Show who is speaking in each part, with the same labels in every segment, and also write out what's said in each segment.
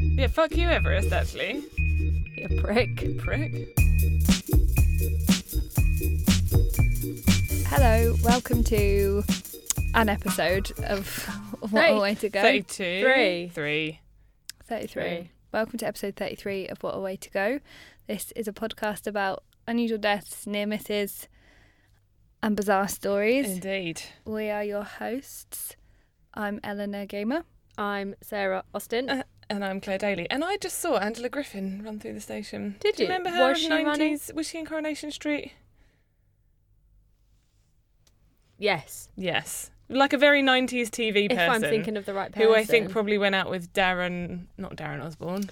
Speaker 1: Yeah, fuck you, Everest, actually.
Speaker 2: You prick.
Speaker 1: Prick.
Speaker 2: Hello, welcome to an episode of What
Speaker 3: Hey.
Speaker 2: a Way to Go.
Speaker 1: 32.
Speaker 3: Three.
Speaker 1: Three.
Speaker 2: 33.
Speaker 3: Three.
Speaker 2: Welcome to episode 33 of What a Way to Go. This is a podcast about unusual deaths, near misses, and bizarre stories.
Speaker 1: Indeed.
Speaker 2: We are your hosts. I'm Eleanor Gamer.
Speaker 3: I'm Sarah Austin.
Speaker 1: Uh, and I'm Claire Daly. And I just saw Angela Griffin run through the station.
Speaker 3: Did
Speaker 1: Do you
Speaker 3: you?
Speaker 1: remember her
Speaker 3: Was
Speaker 1: in
Speaker 3: she
Speaker 1: the 90s?
Speaker 3: running?
Speaker 1: Was she in Coronation Street?
Speaker 3: yes,
Speaker 1: Yes. Like a very 90s TV person.
Speaker 3: if I'm thinking of the right person.
Speaker 1: who I think probably went out with Darren, not Darren Osborne.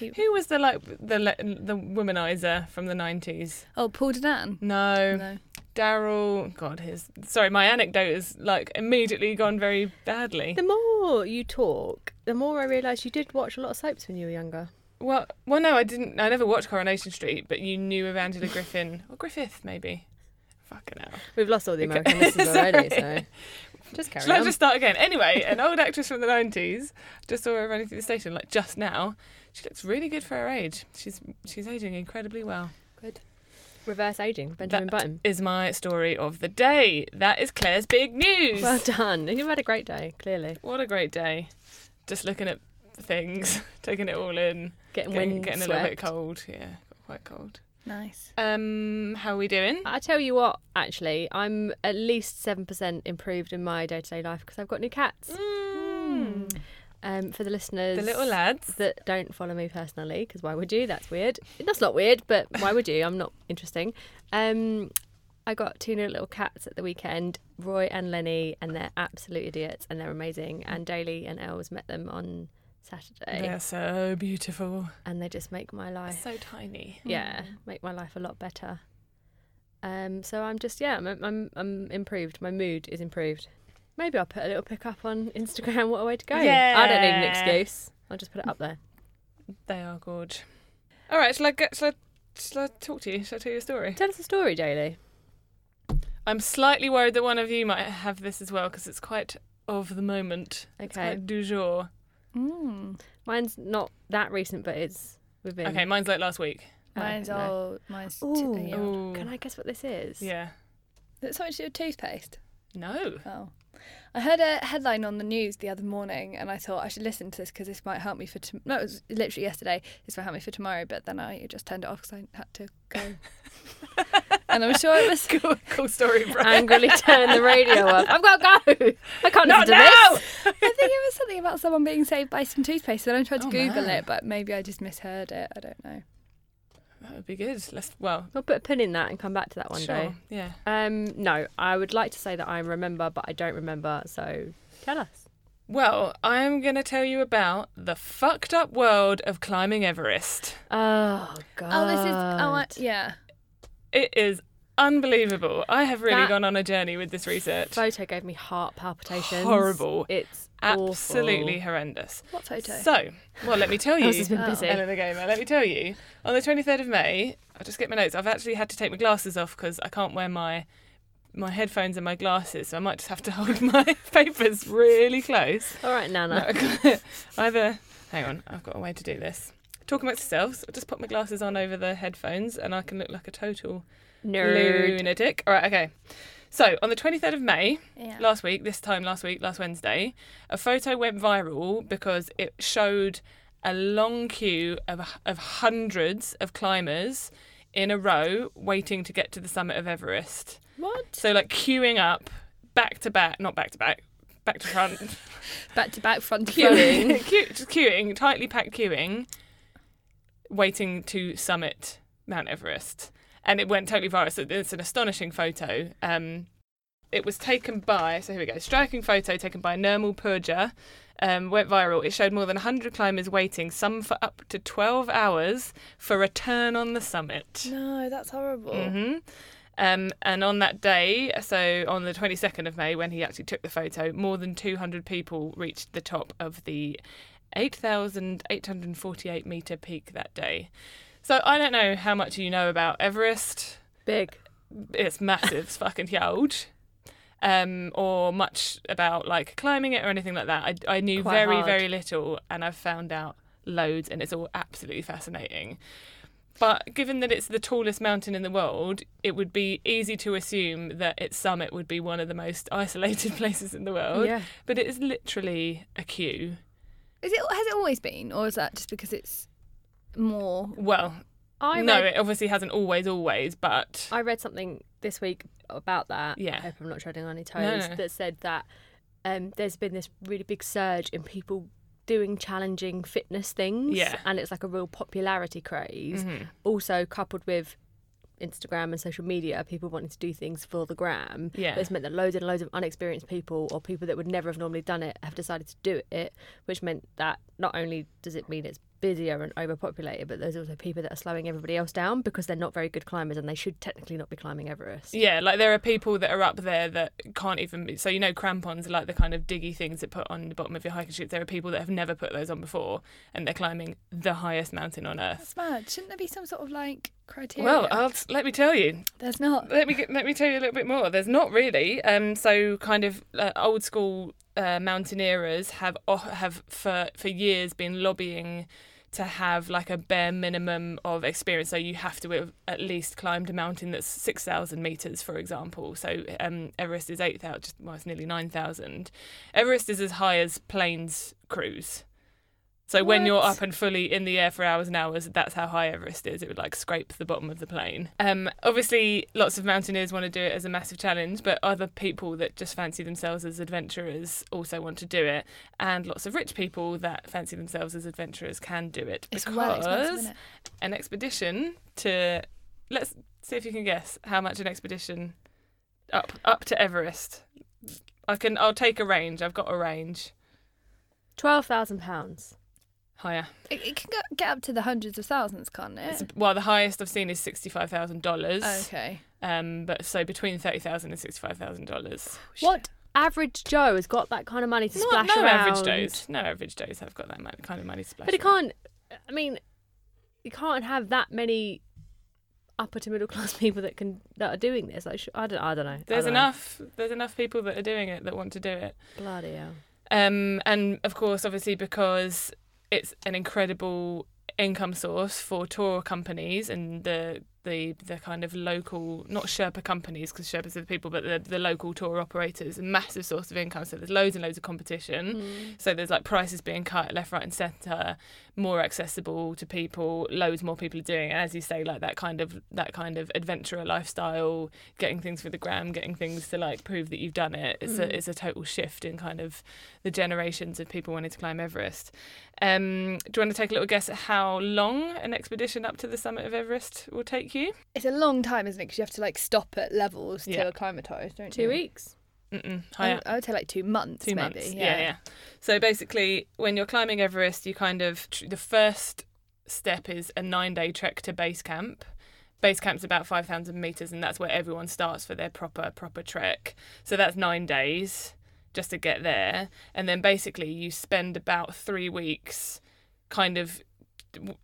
Speaker 2: Who-
Speaker 1: Who was the like the le- the womanizer from the 90s?
Speaker 2: Oh, Paul Danan.
Speaker 1: No.
Speaker 2: No.
Speaker 1: Daryl, God, his sorry, my anecdote is like immediately gone very badly.
Speaker 3: the more you talk, the more I realise you did watch a lot of soaps when you were younger.
Speaker 1: Well, well, no, I didn't. I never watched Coronation Street, but you knew of Angela Griffin or Griffith, maybe. Fucking hell.
Speaker 3: We've lost all the American listeners already, so just carry
Speaker 1: Shall I
Speaker 3: on.
Speaker 1: just start again? Anyway, an old actress from the 90s. Just saw her running through the station like just now. She looks really good for her age. She's she's aging incredibly well.
Speaker 3: Good. Reverse aging, Benjamin
Speaker 1: That-
Speaker 3: Button.
Speaker 1: Is my story of the day. That is Claire's big news.
Speaker 3: Well done. You've had a great day, clearly.
Speaker 1: What a great day. Just looking at things, taking it all in.
Speaker 3: Getting
Speaker 1: Getting,
Speaker 3: wind
Speaker 1: getting a little bit cold. Yeah, got quite cold.
Speaker 2: Nice.
Speaker 1: Um, how are we doing?
Speaker 3: I tell you what, actually, I'm at least seven percent improved in my day to day life because I've got new cats.
Speaker 1: Hmm.
Speaker 3: Um, for Mm. the listeners,
Speaker 1: The little lads.
Speaker 3: that don't follow me personally, because why would you? That's weird. That's not weird, but why would you? I'm not interesting. Um, I got two new little cats at the weekend, Roy and Lenny, and they're absolute idiots, and they're amazing. And Daly and Els met them on Saturday,
Speaker 1: They're so beautiful.
Speaker 3: and they just make my life,
Speaker 1: So tiny.
Speaker 3: yeah, make my life a lot better. Um, so I'm just yeah, I'm, I'm I'm improved. My mood is improved. Maybe I'll put a little pick up on Instagram. What a way to go! I don't need an
Speaker 1: Yeah.
Speaker 3: excuse. I'll just put it up there.
Speaker 1: They are good. All right, shall I, get, shall I, shall I talk to you? Shall I tell you a story?
Speaker 3: Tell us a story, Daly.
Speaker 1: I'm slightly worried that one of you might have this as well because it's quite of the moment. It's
Speaker 3: Okay.
Speaker 1: quite du jour.
Speaker 2: Mm.
Speaker 3: Mine's not that recent, but it's within.
Speaker 1: Okay, mine's like last week.
Speaker 3: Oh,
Speaker 2: Mine's
Speaker 3: no.
Speaker 2: all. Mine's. T-
Speaker 3: Ooh.
Speaker 2: yeah.
Speaker 3: Ooh.
Speaker 1: Ooh.
Speaker 3: Can I guess what this is?
Speaker 1: Yeah.
Speaker 2: Is it something to do with toothpaste?
Speaker 1: No.
Speaker 2: Oh. I heard a headline on the news the other morning and I thought I should listen to this because this might help me for tomorrow. No, it was literally yesterday. This might help me for tomorrow, but then I just turned it off because I had to go. and I'm sure it was.
Speaker 1: cool, cool story, bro.
Speaker 3: Angrily turn the radio off. I've got to go. I can't
Speaker 1: Not
Speaker 3: listen to
Speaker 1: now!
Speaker 3: this.
Speaker 2: I think it was something about someone being saved by some toothpaste. Then I tried to
Speaker 1: Oh,
Speaker 2: Google
Speaker 1: man.
Speaker 2: it, but maybe I just misheard it. I don't know.
Speaker 1: That would be good. Let's, well,
Speaker 3: We'll put a pin in that and come back to that one
Speaker 1: sure.
Speaker 3: day.
Speaker 1: Yeah.
Speaker 3: Um, no, I would like to say that I remember, but I don't remember. So tell us.
Speaker 1: Well, I'm going to tell you about the fucked up world of climbing Everest.
Speaker 3: Oh God.
Speaker 2: Oh, this is. Oh, I, yeah.
Speaker 1: It is unbelievable. I have really
Speaker 3: That-
Speaker 1: gone on a journey with this research.
Speaker 3: Photo gave me heart palpitations.
Speaker 1: Horrible.
Speaker 3: It's
Speaker 1: Absolutely
Speaker 3: Awful. horrible.
Speaker 1: horrendous.
Speaker 2: What photo?
Speaker 1: So, well, let me tell you,
Speaker 3: Ours has been busy.
Speaker 1: Eleanor Gamer, let me tell you, on the 23rd of May, I'll just get my notes. I've actually had to take my glasses off because I can't wear my my headphones and my glasses, so I might just have to hold my papers really close.
Speaker 3: All right, Nana.
Speaker 1: Either, hang on, I've got a way to do this. Talk amongst yourselves. I'll just put my glasses on over the headphones and I can look like a total
Speaker 3: Nerd.
Speaker 1: lunatic. All right, okay. So, on the 23rd of May,
Speaker 2: yeah.
Speaker 1: last week, this time last week, last Wednesday, a photo went viral because it showed a long queue of, of hundreds of climbers in a row waiting to get to the summit of Everest.
Speaker 3: What?
Speaker 1: So, like, queuing up back to back, not back to back, back to front,
Speaker 2: Back to back front queuing.
Speaker 1: queuing, queue, just queuing, tightly packed queuing, waiting to summit Mount Everest. And it went totally viral. So it's an astonishing photo. Um, it was taken by, so here we go, striking photo taken by Nirmal Purja, um, went viral. It showed more than 100 climbers waiting, some for up to 12 hours, for a turn on the summit.
Speaker 2: No, that's horrible.
Speaker 1: hmm Um, and on that day, so on the 22nd of May, when he actually took the photo, more than 200 people reached the top of the 8,848 metre peak that day. So I don't know how much you know about Everest.
Speaker 3: Big.
Speaker 1: It's massive, it's fucking huge. um, or much about like climbing it or anything like that. I, I knew
Speaker 3: Quite
Speaker 1: very,
Speaker 3: hard.
Speaker 1: very little, and I've found out loads, and it's all absolutely fascinating. But given that it's the tallest mountain in the world, it would be easy to assume that its summit would be one of the most isolated places in the world.
Speaker 3: Yeah.
Speaker 1: But it is literally a queue.
Speaker 2: Is it has it always been, or is that just because it's more?
Speaker 1: Well,
Speaker 3: I
Speaker 1: no,
Speaker 3: read,
Speaker 1: it obviously hasn't always, always, but
Speaker 3: I read something this week about that.
Speaker 1: Yeah.
Speaker 3: I hope I'm not treading on any toes.
Speaker 1: No, no.
Speaker 3: That said that um, there's been this really big surge in people doing challenging fitness things.
Speaker 1: Yeah. Mm-hmm.
Speaker 3: And it's like a real popularity craze. Also coupled with Instagram and social media, people wanting to do things for the gram.
Speaker 1: Yeah.
Speaker 3: But it's meant that loads and loads of unexperienced people or people that would never have normally done it have decided to do it, which meant that not only does it mean it's busier and overpopulated, but there's also people that are slowing everybody else down because they're not very good climbers and they should technically not be climbing Everest.
Speaker 1: Yeah, like there are people that are up there that can't even. So you know, crampons are like the kind of diggy things that put on the bottom of your hiking shoes. There are people that have never put those on before, and they're climbing the highest mountain on earth.
Speaker 2: That's mad. Shouldn't there be some sort of like criteria?
Speaker 1: Well, I'll, let me tell you.
Speaker 2: there's not.
Speaker 1: Let me get, let me tell you a little bit more. There's not really. Um, so kind of uh, old school uh, mountaineerers have oh, have for for years been lobbying to have like a bare minimum of experience. So you have to have at least climbed a mountain that's six thousand meters, for example. So um, Everest is eight thousand. Well, it's nearly nine thousand. Everest is as high as planes cruise. So when you're
Speaker 2: What?
Speaker 1: up and fully in the air for hours and hours, that's how high Everest is. It would like scrape the bottom of the plane. Um, obviously, lots of mountaineers want to do it as a massive challenge, but other people that just fancy themselves as adventurers also want to do it, and lots of rich people that fancy themselves as adventurers can do it
Speaker 2: It's
Speaker 1: because
Speaker 2: well expensive, isn't it?
Speaker 1: an expedition to let's see if you can guess how much an expedition up up to Everest. I can. I'll take a range. I've got a range
Speaker 3: Twelve thousand pounds.
Speaker 1: higher.
Speaker 2: It, it can go, get up to the hundreds of thousands, can't
Speaker 3: Uh.
Speaker 1: It's,
Speaker 2: it?
Speaker 1: well, the highest I've seen is sixty-five thousand dollars.
Speaker 2: Okay.
Speaker 1: Um, but so between thirty thousand and sixty-five thousand dollars.
Speaker 3: What average Joe has got that kind of money to
Speaker 1: Not
Speaker 3: splash
Speaker 1: no
Speaker 3: around?
Speaker 1: average Joes. No average Joes have got that mon- kind of money to splash.
Speaker 3: But it
Speaker 1: around.
Speaker 3: can't. I mean, you can't have that many upper to middle class people that can that are doing this. Like, sh- I don't. I don't know. I
Speaker 1: There's
Speaker 3: don't know.
Speaker 1: enough. There's enough people that are doing it that want to do it.
Speaker 3: Bloody hell.
Speaker 1: Um, and of course, obviously, because it's an incredible income source for tour companies and the the the kind of local, not Sherpa companies, because Sherpas are the people, but the, the local tour operators, a massive source of income. So there's loads and loads of competition. So there's like prices being cut left, right, and centre, more accessible to people. Loads more people are doing it. As you say, like that kind of that kind of adventurer lifestyle, getting things for the gram, getting things to like prove that you've done it. It's a it's a total shift in kind of the generations of people wanting to climb Everest. Um, do you want to take a little guess at how long an expedition up to the summit of Everest will take you?
Speaker 2: It's a long time, isn't it? Because you have to like stop at levels
Speaker 1: Yeah.
Speaker 2: to acclimatise, don't
Speaker 3: Two
Speaker 2: you?
Speaker 3: weeks.
Speaker 1: Mm-mm,
Speaker 2: I,
Speaker 1: higher.
Speaker 2: I would say like two months.
Speaker 1: two
Speaker 2: maybe.
Speaker 1: months. Yeah. yeah, So basically, when you're climbing Everest, you kind of the first step is a nine-day trek to base camp. Base camp's about five thousand meters, and that's where everyone starts for their proper proper trek. So that's nine days just to get there, and then basically you spend about three weeks, kind of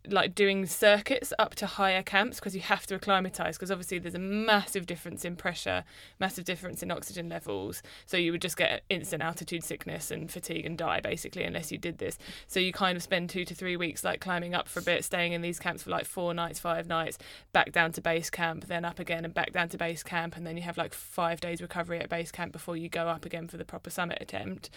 Speaker 1: like doing circuits up to higher camps because you have to acclimatize because obviously there's a massive difference in pressure massive difference in oxygen levels so you would just get instant altitude sickness and fatigue and die basically unless you did this so you kind of spend two to three weeks like climbing up for a bit staying in these camps for like four nights five nights back down to base camp then up again and back down to base camp and then you have like five days recovery at base camp before you go up again for the proper summit attempt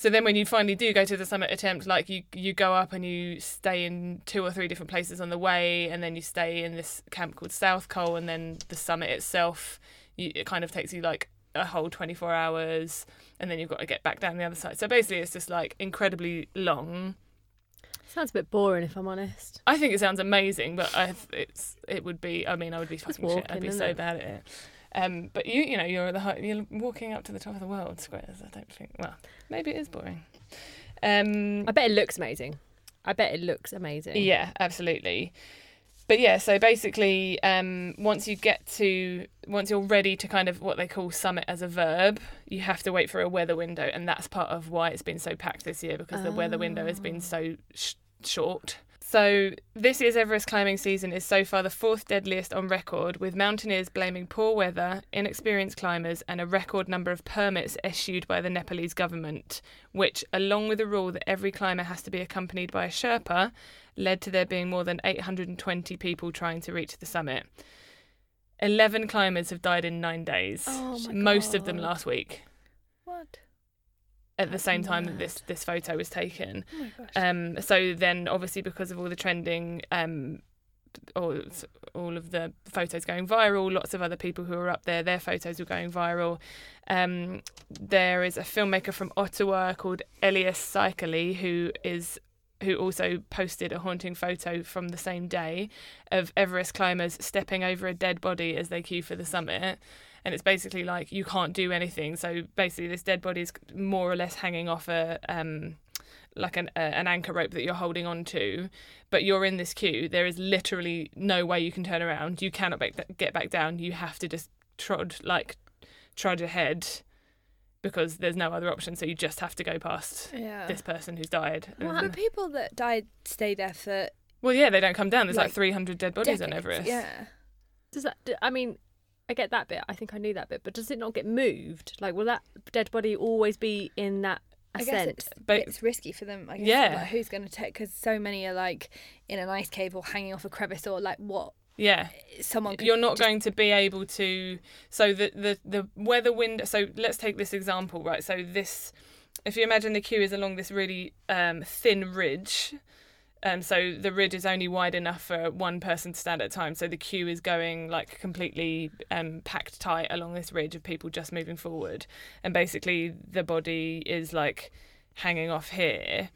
Speaker 1: so then when you finally do go to the summit attempt, like you you go up and you stay in two or three different places on the way, and then you stay in this camp called South Cole, and then the summit itself, you, it kind of takes you like a whole 24 hours and then you've got to get back down the other side so basically it's just like incredibly long
Speaker 3: Sounds a bit boring, if I'm honest.
Speaker 1: i think it sounds amazing but i it's it would be i mean i would be fucking shit i'd
Speaker 3: walking,
Speaker 1: be
Speaker 3: isn't
Speaker 1: so
Speaker 3: it?
Speaker 1: bad at it um but you you know you're at the high, you're walking up to the top of the world squares i don't think well maybe it is boring um
Speaker 3: I bet it looks amazing. I bet it looks amazing.
Speaker 1: Yeah, absolutely. But yeah, so basically, um, once you get to, once you're ready to kind of what they call summit as a verb, you have to wait for a weather window. And that's part of why it's been so packed this year because the weather window has been so sh- short. So this year's Everest climbing season is so far the fourth deadliest on record, with mountaineers blaming poor weather, inexperienced climbers, and a record number of permits issued by the Nepalese government, which, along with the rule that every climber has to be accompanied by a Sherpa, led to there being more than 820 people trying to reach the summit. Eleven climbers have died in nine days,
Speaker 3: Oh my
Speaker 1: most of them
Speaker 3: God.
Speaker 1: last week,
Speaker 2: What?
Speaker 1: at the
Speaker 3: That's
Speaker 1: same time that
Speaker 3: mad.
Speaker 1: this, this photo was taken.
Speaker 2: Oh my gosh.
Speaker 1: Um, so then, obviously, because of all the trending, um, all all of the photos going viral, lots of other people who were up there, their photos were going viral. Um, there is a filmmaker from Ottawa called Elias Cycli who is who also posted a haunting photo from the same day of Everest climbers stepping over a dead body as they queue for the summit. And it's basically like you can't do anything. So basically, this dead body is more or less hanging off a um, like an uh, an anchor rope that you're holding on to, but you're in this queue. There is literally no way you can turn around. You cannot back get back down. You have to just trod like trudge ahead because there's no other option. So you just have to go past
Speaker 2: yeah.
Speaker 1: this person who's died. And-
Speaker 2: Well, the people that died stay there for
Speaker 1: well, yeah, they don't come down. There's like,
Speaker 2: Like,
Speaker 1: 300 dead bodies
Speaker 2: decades.
Speaker 1: on Everest.
Speaker 2: Yeah.
Speaker 3: Does that? do- I mean, I get that bit. I think I knew that bit. But does it not get moved? Like, will that dead body always be in that
Speaker 2: I guess
Speaker 3: ascent?
Speaker 2: it's,
Speaker 1: But-
Speaker 2: it's risky for them. I guess.
Speaker 1: Yeah.
Speaker 2: Like, who's going to take? Because so many are like in an ice cave or hanging off a crevice or like what
Speaker 1: Yeah.
Speaker 2: someone. Could
Speaker 1: you're not going to be able to so the the the weather window so let's take this example right so this if you imagine the queue is along this really um, thin ridge um, so the ridge is only wide enough for one person to stand at a time so the queue is going like completely um, packed tight along this ridge of people just moving forward and basically the body is like hanging off here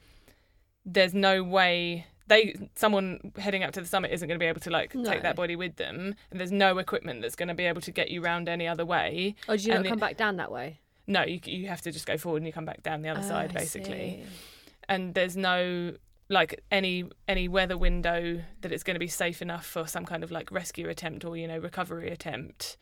Speaker 1: there's no way they someone heading up to the summit isn't going to be able to like take
Speaker 3: No.
Speaker 1: that body with them and there's no equipment that's going to be able to get you round any other way
Speaker 3: or do you
Speaker 1: and
Speaker 3: not
Speaker 1: it-
Speaker 3: come back down that way?
Speaker 1: no you, you have to just go forward and you come back down the other
Speaker 3: Oh,
Speaker 1: side
Speaker 3: I
Speaker 1: basically
Speaker 3: see.
Speaker 1: and there's no like any any weather window that it's going to be safe enough for some kind of like rescue attempt or you know recovery attempt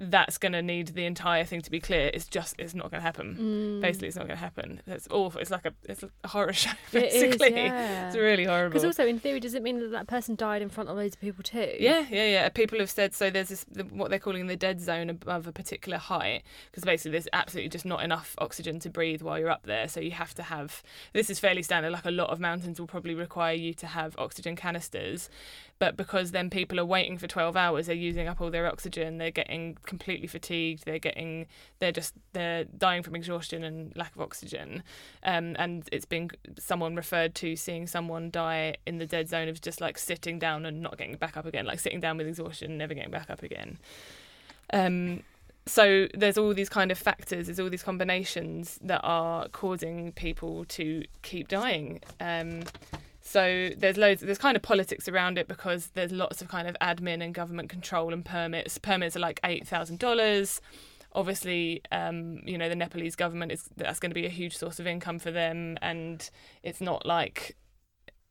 Speaker 1: that's going to need the entire thing to be clear it's just it's not going to happen
Speaker 3: Mm.
Speaker 1: basically it's not going to happen that's awful it's like a it's a horror show
Speaker 3: It is,
Speaker 1: basically
Speaker 3: yeah.
Speaker 1: it's really horrible
Speaker 3: Because also, in theory, does it mean that that person died in front of loads of people too?
Speaker 1: Yeah, yeah, yeah. People have said so. There's this the, what they're calling the dead zone above a particular height because basically there's absolutely just not enough oxygen to breathe while you're up there. So you have to have this is fairly standard. Like a lot of mountains will probably require you to have oxygen canisters, but because then people are waiting for 12 hours, they're using up all their oxygen. They're getting completely fatigued. They're getting they're just they're dying from exhaustion and lack of oxygen. Um, and it's been someone referred to seeing someone die in the dead zone of just like sitting down and not getting back up again, like sitting down with exhaustion and never getting back up again. Um, so there's all these kind of factors, there's all these combinations that are causing people to keep dying. Um, so there's loads, there's kind of politics around it because there's lots of kind of admin and government control and permits. Permits are like eight thousand dollars. Obviously, um, you know the Nepalese government is that's going to be a huge source of income for them, and it's not like,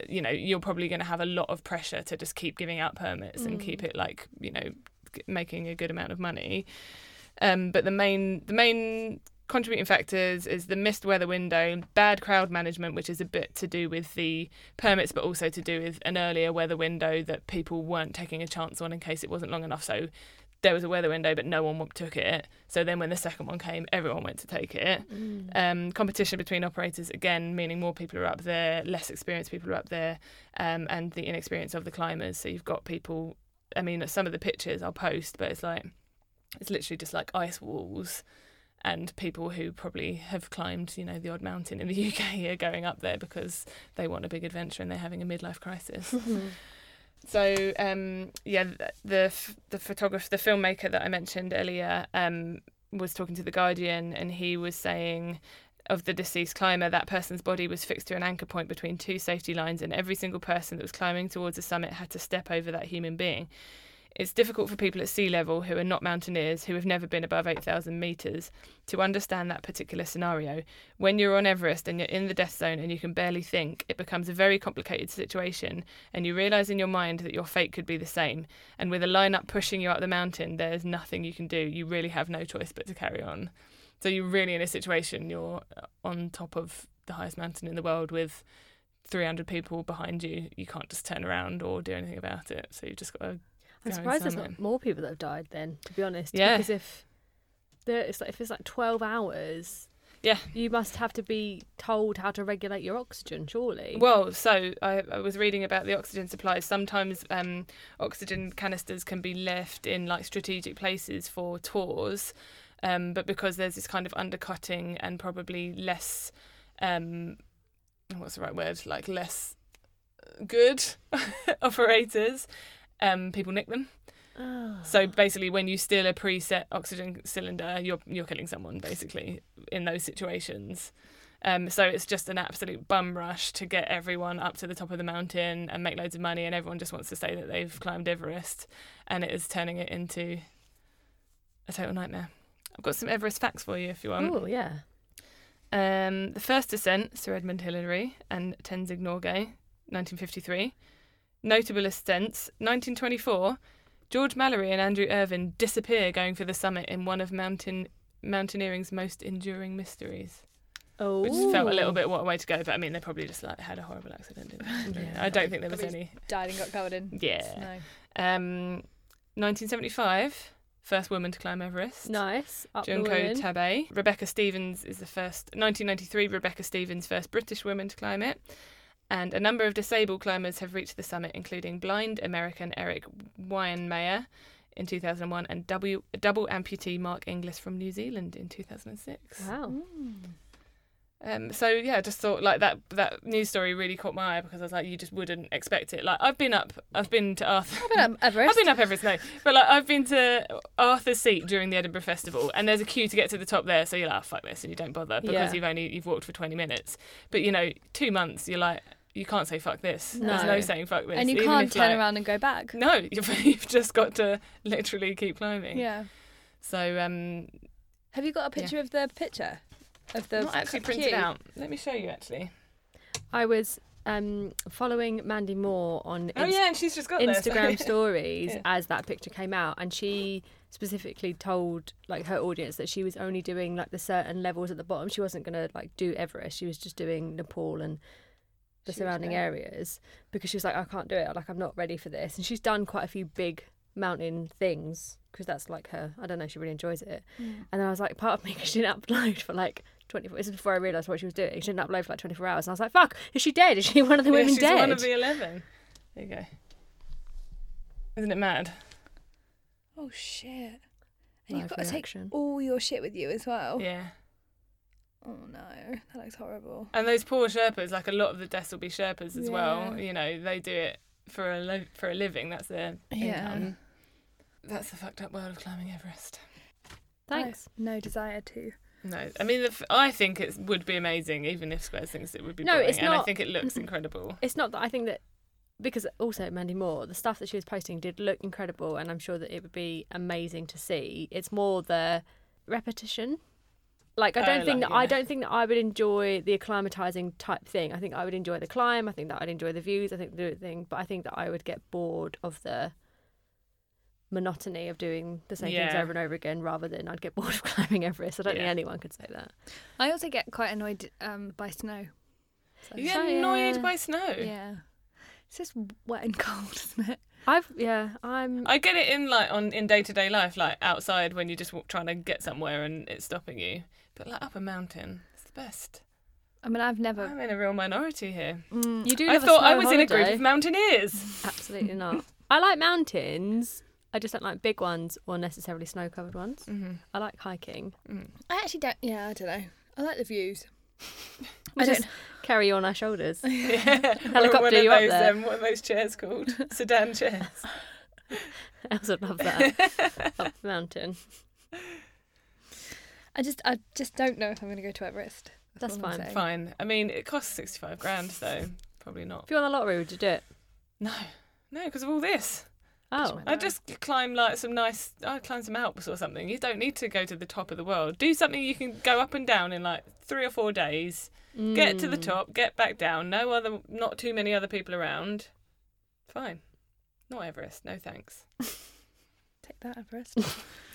Speaker 1: you know, you're probably going to have a lot of pressure to just keep giving out permits and
Speaker 3: Mm.
Speaker 1: keep it like you know g- making a good amount of money. Um, but the main the main contributing factors is the missed weather window, bad crowd management, which is a bit to do with the permits, but also to do with an earlier weather window that people weren't taking a chance on in case it wasn't long enough. So there was a weather window, but no one w- took it. So then when the second one came, everyone went to take it.
Speaker 3: Mm.
Speaker 1: Um, competition between operators, again, meaning more people are up there, less experienced people are up there, um, and the inexperience of the climbers. So you've got people, I mean, some of the pictures I'll post, but it's like, it's literally just like ice walls. And people who probably have climbed, you know, the odd mountain in the UK are going up there because they want a big adventure and they're having a midlife crisis. So um, yeah, th- the f- the photographer, the filmmaker that I mentioned earlier, um, was talking to the Guardian, and he was saying of the deceased climber, that person's body was fixed to an anchor point between two safety lines, and every single person that was climbing towards the summit had to step over that human being. It's difficult for people at sea level who are not mountaineers, who have never been above 8,000 metres, to understand that particular scenario. When you're on Everest and you're in the death zone and you can barely think, it becomes a very complicated situation, and you realise in your mind that your fate could be the same. And with a lineup pushing you up the mountain, there's nothing you can do. You really have no choice but to carry on. uh, So you're really in a situation, you're on top of the highest mountain in the world with 300 people behind you, you can't just turn around or do anything about it. So you've just got to.
Speaker 3: I'm
Speaker 1: Going
Speaker 3: surprised there's
Speaker 1: somewhere.
Speaker 3: not more people that have died then, to be honest.
Speaker 1: Yeah.
Speaker 3: Because if there, it's like, if it's like 12 hours,
Speaker 1: Yeah.
Speaker 3: you must have to be told how to regulate your oxygen, surely.
Speaker 1: Well, so I, I was reading about the oxygen supplies. Sometimes um, oxygen canisters can be left in like strategic places for tours, um, but because there's this kind of undercutting and probably less, um, what's the right word? Like less uh, good operators, um, people nick them.
Speaker 3: Ah.
Speaker 1: So basically, when you steal a preset oxygen cylinder, you're you're killing someone basically in those situations. Um, so it's just an absolute bum rush to get everyone up to the top of the mountain and make loads of money, and everyone just wants to say that they've climbed Everest, and it is turning it into a total nightmare. I've got some Everest facts for you if you want.
Speaker 3: oh, yeah.
Speaker 1: Um, the first ascent, Sir Edmund Hillary and Tenzing Norgay, 1953. Notable ascents, 1924. George Mallory and Andrew Irvine disappear going for the summit in one of mountain mountaineering's most enduring mysteries.
Speaker 3: Oh.
Speaker 1: Which felt a little bit what a way to go, but I mean they probably just like had a horrible accident. Didn't they?
Speaker 3: Yeah.
Speaker 1: I don't think there was
Speaker 2: Probably-
Speaker 1: any.
Speaker 2: Died and got covered in
Speaker 1: Yeah.
Speaker 2: snow.
Speaker 1: Um, 1975, first woman to climb Everest.
Speaker 3: Nice. Up the
Speaker 1: Junko
Speaker 3: women.
Speaker 1: Tabe. Rebecca Stevens is the first, 1993, Rebecca Stevens, first British woman to climb it. And a number of disabled climbers have reached the summit, including blind American Eric Wyanmeyer in 2001 and double, double amputee Mark Inglis from New Zealand in 2006.
Speaker 3: Wow.
Speaker 2: Mm.
Speaker 1: Um, so yeah, I just thought like that that news story really caught my eye because I was like, you just wouldn't expect it. Like I've been up, I've been to Arthur.
Speaker 2: I've been up
Speaker 1: I've
Speaker 2: Everest.
Speaker 1: been up Everest, no. But like I've been to Arthur's Seat during the Edinburgh Festival, and there's a queue to get to the top there. So you're like, oh, fuck this, and you don't bother because
Speaker 3: Yeah.
Speaker 1: you've only you've walked for 20 minutes. But you know, two months, you're like, you can't say fuck this. There's
Speaker 3: No.
Speaker 1: no saying fuck this,
Speaker 2: and you
Speaker 1: even
Speaker 2: can't
Speaker 1: if,
Speaker 2: turn
Speaker 1: like-
Speaker 2: around and go back.
Speaker 1: No, you've, you've just got to literally keep climbing.
Speaker 2: Yeah.
Speaker 1: So um,
Speaker 2: Have you got a
Speaker 1: Yeah.
Speaker 2: picture of the picture of the
Speaker 1: not actually
Speaker 2: queue?
Speaker 1: printed out. Let me show you actually.
Speaker 3: I was um, following Mandy Moore on
Speaker 1: Oh
Speaker 3: Inst-
Speaker 1: yeah, and she's just got this.
Speaker 3: Instagram stories
Speaker 1: Yeah.
Speaker 3: as that picture came out, and she specifically told like her audience that she was only doing like the certain levels at the bottom. She wasn't gonna like do Everest. She was just doing Nepal and the
Speaker 2: She was
Speaker 3: surrounding
Speaker 2: going-
Speaker 3: areas because she was like, I can't do it. Like I'm not ready for this. And she's done quite a few big mountain things because that's like her. I don't know. She really enjoys it.
Speaker 2: Mm.
Speaker 3: And then I was like, part of me 'cause she didn't upload for like. 24, this is before I realised what she was doing. She didn't upload for like 24 hours. And I was like, fuck, is she dead? Is she one of the
Speaker 1: Yeah,
Speaker 3: women
Speaker 1: she's
Speaker 3: dead?
Speaker 1: one of the 11. There you go. Isn't it mad?
Speaker 2: Oh shit! And
Speaker 3: Live
Speaker 2: you've got to take
Speaker 3: reaction.
Speaker 2: all your shit with you as well.
Speaker 1: Yeah.
Speaker 2: Oh no, that looks horrible.
Speaker 1: And those poor Sherpas, like a lot of the deaths will be Sherpas as well.
Speaker 2: Yeah.
Speaker 1: You know, they do it for a lo- for a living. That's their
Speaker 2: Yeah.
Speaker 1: income. That's the fucked up world of climbing Everest.
Speaker 3: Thanks.
Speaker 2: No desire to.
Speaker 1: No, I mean, the f- I think it would be amazing, even if Squares thinks it would be
Speaker 3: No,
Speaker 1: boring.
Speaker 3: it's
Speaker 1: And I
Speaker 3: not.
Speaker 1: think it looks incredible.
Speaker 3: it's not that I think that because also Mandy Moore, the stuff that she was posting did look incredible, and I'm sure that it would be amazing to see. It's more the repetition. Like I
Speaker 1: Oh,
Speaker 3: don't think
Speaker 1: like,
Speaker 3: that I
Speaker 1: yeah.
Speaker 3: don't think that I would enjoy the acclimatizing type thing. I think I would enjoy the climb. I think that I'd enjoy the views. I think the thing, but I think that I would get bored of the monotony of doing the same things
Speaker 1: Yeah.
Speaker 3: over and over again, rather than I'd get bored of climbing Everest. I don't
Speaker 1: Yeah.
Speaker 3: think anyone could say that.
Speaker 2: I also get quite annoyed um, by snow. So-
Speaker 1: You get
Speaker 3: So,
Speaker 1: annoyed
Speaker 3: yeah.
Speaker 1: by snow.
Speaker 2: Yeah. It's just wet and cold, isn't it?
Speaker 3: I've yeah, I'm
Speaker 1: I get it in like on in day to day life, like outside when you're just walk, trying to get somewhere and it's stopping you. But like up a mountain, it's the best.
Speaker 2: I mean, I've never.
Speaker 1: I'm in a real minority here.
Speaker 2: Mm,
Speaker 3: you do.
Speaker 1: I
Speaker 3: love a
Speaker 1: thought I
Speaker 3: snow
Speaker 1: was in a group
Speaker 3: holiday.
Speaker 1: of mountaineers.
Speaker 3: Absolutely not. I like mountains. I just don't like big ones or necessarily snow covered ones.
Speaker 1: Mm-hmm.
Speaker 3: I like hiking.
Speaker 2: I actually don't. Yeah, I don't know. I like the views.
Speaker 3: We
Speaker 2: I don't
Speaker 3: just carry you on our shoulders.
Speaker 1: Yeah.
Speaker 3: Helicopter
Speaker 1: one of
Speaker 3: you up
Speaker 1: those,
Speaker 3: there.
Speaker 1: Um, what are those chairs called? Sedan chairs.
Speaker 3: I also love that. Up the mountain.
Speaker 2: I just, I just don't know if I'm going to go to Everest.
Speaker 3: That's
Speaker 2: all I'm
Speaker 3: fine.
Speaker 2: saying.
Speaker 1: Fine. I mean, it costs 65 grand, so probably not.
Speaker 3: If you won the lottery, would you do it?
Speaker 1: No. No, because of all this.
Speaker 3: Oh,
Speaker 1: I just climb like some nice, I climb some Alps or something. You don't need to go to the top of the world. Do something you can go up and down in like three or four days. Get to the
Speaker 3: Mm.
Speaker 1: top, get back down. No other, not too many other people around. Fine. Not Everest. No thanks.
Speaker 2: Take that, Everest.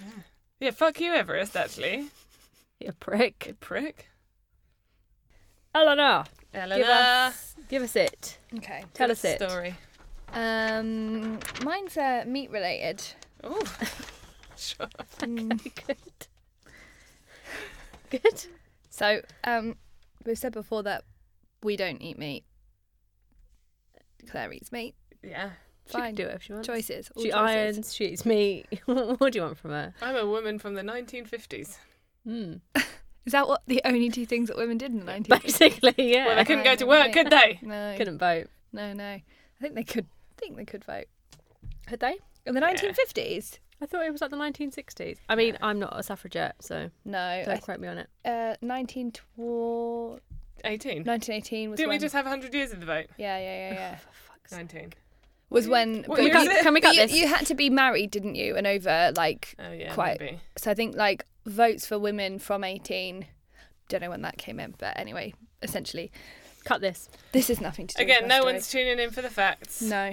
Speaker 1: Yeah, fuck you, Everest, actually.
Speaker 3: You prick.
Speaker 1: Prick.
Speaker 3: Eleanor,
Speaker 1: Eleanor,
Speaker 3: Give us, give us it.
Speaker 2: Okay.
Speaker 3: Tell
Speaker 1: good
Speaker 3: us it.
Speaker 1: Story.
Speaker 2: Um, mine's uh, meat related.
Speaker 1: Oh, sure.
Speaker 2: Mm.
Speaker 3: Good. Good.
Speaker 2: So, um, we've said before that we don't eat meat. Claire eats meat.
Speaker 1: Yeah,
Speaker 2: Fine.
Speaker 3: She can do it if she wants.
Speaker 2: Choices. All
Speaker 3: she
Speaker 2: choices.
Speaker 3: irons. She eats meat. what do you want from her?
Speaker 1: I'm a woman from the 1950s.
Speaker 3: Hmm.
Speaker 2: Is that what the only two things that women did in the 19th?
Speaker 3: Basically, yeah.
Speaker 1: Well, they couldn't go to work, could they?
Speaker 2: No,
Speaker 3: couldn't vote.
Speaker 2: no, no. I think they could. I think they could vote
Speaker 3: Had they?
Speaker 2: in the
Speaker 1: Yeah.
Speaker 2: 1950s.
Speaker 3: I thought it was like the 1960s. I mean, I'm not a suffragette, so
Speaker 2: No, I
Speaker 3: don't
Speaker 2: th-
Speaker 3: quote me on it.
Speaker 2: uh, 19 tw-
Speaker 1: 18.
Speaker 2: 1918 was
Speaker 1: Didn't we
Speaker 2: when-
Speaker 1: just have 100 years of the vote?
Speaker 2: Yeah, yeah, yeah, yeah.
Speaker 3: For fuck's sake.
Speaker 1: 19.
Speaker 2: was when.
Speaker 1: What
Speaker 2: but
Speaker 1: year
Speaker 2: you-
Speaker 1: is it?
Speaker 3: Can we
Speaker 2: but
Speaker 3: cut
Speaker 2: you,
Speaker 3: this?
Speaker 2: you had to be married, didn't you? And over like
Speaker 1: Oh yeah,
Speaker 2: Quite.
Speaker 1: maybe.
Speaker 2: So I think like votes for women from 18. Don't know when that came in, but anyway, essentially,
Speaker 3: Cut this.
Speaker 2: this is nothing to do.
Speaker 1: Again,
Speaker 2: with
Speaker 1: no
Speaker 2: our
Speaker 1: one's tuning in for the facts.
Speaker 2: story. No.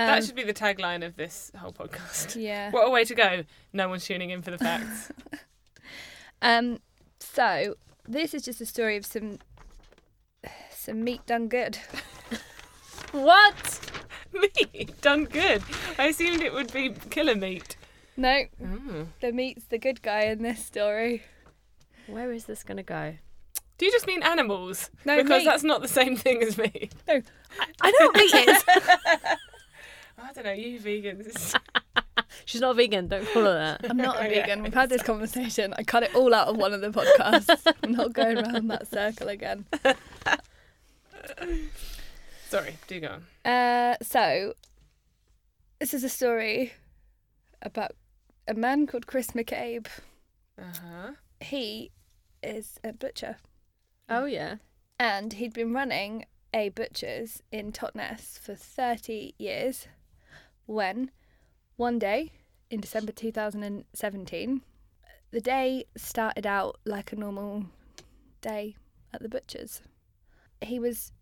Speaker 2: Um,
Speaker 1: that should be the tagline of this whole podcast.
Speaker 2: Yeah.
Speaker 1: What a way to go! No one's tuning in for the facts.
Speaker 2: Um. So this is just a story of some some meat done good.
Speaker 3: What?
Speaker 1: meat done good. I assumed it would be killer meat.
Speaker 2: No,
Speaker 1: Oh.
Speaker 2: the meat's the good guy in this story.
Speaker 3: Where is this going to go?
Speaker 1: Do you just mean animals?
Speaker 2: No,
Speaker 1: because
Speaker 2: meat.
Speaker 1: that's not the same thing as meat.
Speaker 3: I don't meat is.
Speaker 1: I don't know. You vegans.
Speaker 3: She's not vegan. Don't call her that.
Speaker 2: I'm not a
Speaker 1: Okay.
Speaker 2: vegan. We've had this conversation. I cut it all out of one of the podcasts. I'm not going around that circle again.
Speaker 1: Sorry. Do go on.
Speaker 2: Uh, so, this is a story about a man called Chris McCabe.
Speaker 1: Uh huh.
Speaker 2: He is a butcher,
Speaker 3: Oh yeah.
Speaker 2: and he'd been running a butcher's in Totnes for 30 years when one day in December 2017, the day started out like a normal day at the butcher's. He was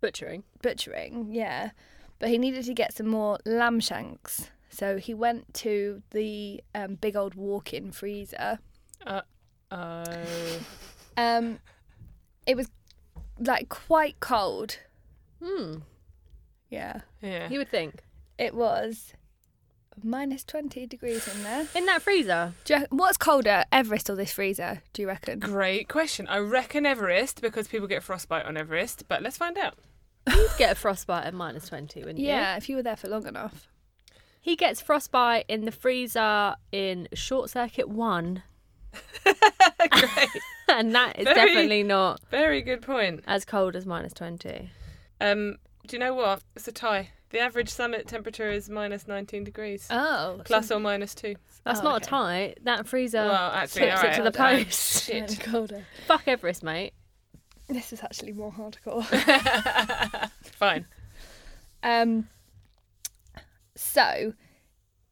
Speaker 3: Butchering.
Speaker 2: butchering, yeah. But he needed to get some more lamb shanks. So he went to the um, big old walk in freezer.
Speaker 1: Oh.
Speaker 2: Um, it was like quite cold.
Speaker 3: Hmm.
Speaker 2: Yeah.
Speaker 1: Yeah.
Speaker 3: You would think
Speaker 2: It was minus 20 degrees in there.
Speaker 3: in that freezer.
Speaker 2: Do you, rec- what's colder, Everest or this freezer, do you reckon?
Speaker 1: Great question. I reckon Everest because people get frostbite on Everest, but let's find out.
Speaker 3: You'd get a frostbite at minus twenty, wouldn't you?
Speaker 2: Yeah, if you were there for long enough.
Speaker 3: He gets frostbite in the freezer in Short Circuit One,
Speaker 1: Great.
Speaker 3: and that is
Speaker 1: Very-
Speaker 3: definitely not
Speaker 1: Very good point.
Speaker 3: as cold as minus twenty.
Speaker 1: Um, do you know what? It's a tie. The average summit temperature is minus 19 degrees,
Speaker 2: Oh.
Speaker 1: plus or minus two.
Speaker 3: That's
Speaker 2: Oh,
Speaker 3: not
Speaker 2: okay.
Speaker 3: a tie. That freezer
Speaker 1: Well, actually,
Speaker 3: tips
Speaker 1: all right.
Speaker 3: Uh, it to the
Speaker 2: Hold on.
Speaker 3: post.
Speaker 2: Shit. colder.
Speaker 3: Fuck Everest, mate.
Speaker 2: This is actually more hardcore.
Speaker 1: Fine.
Speaker 2: Um, so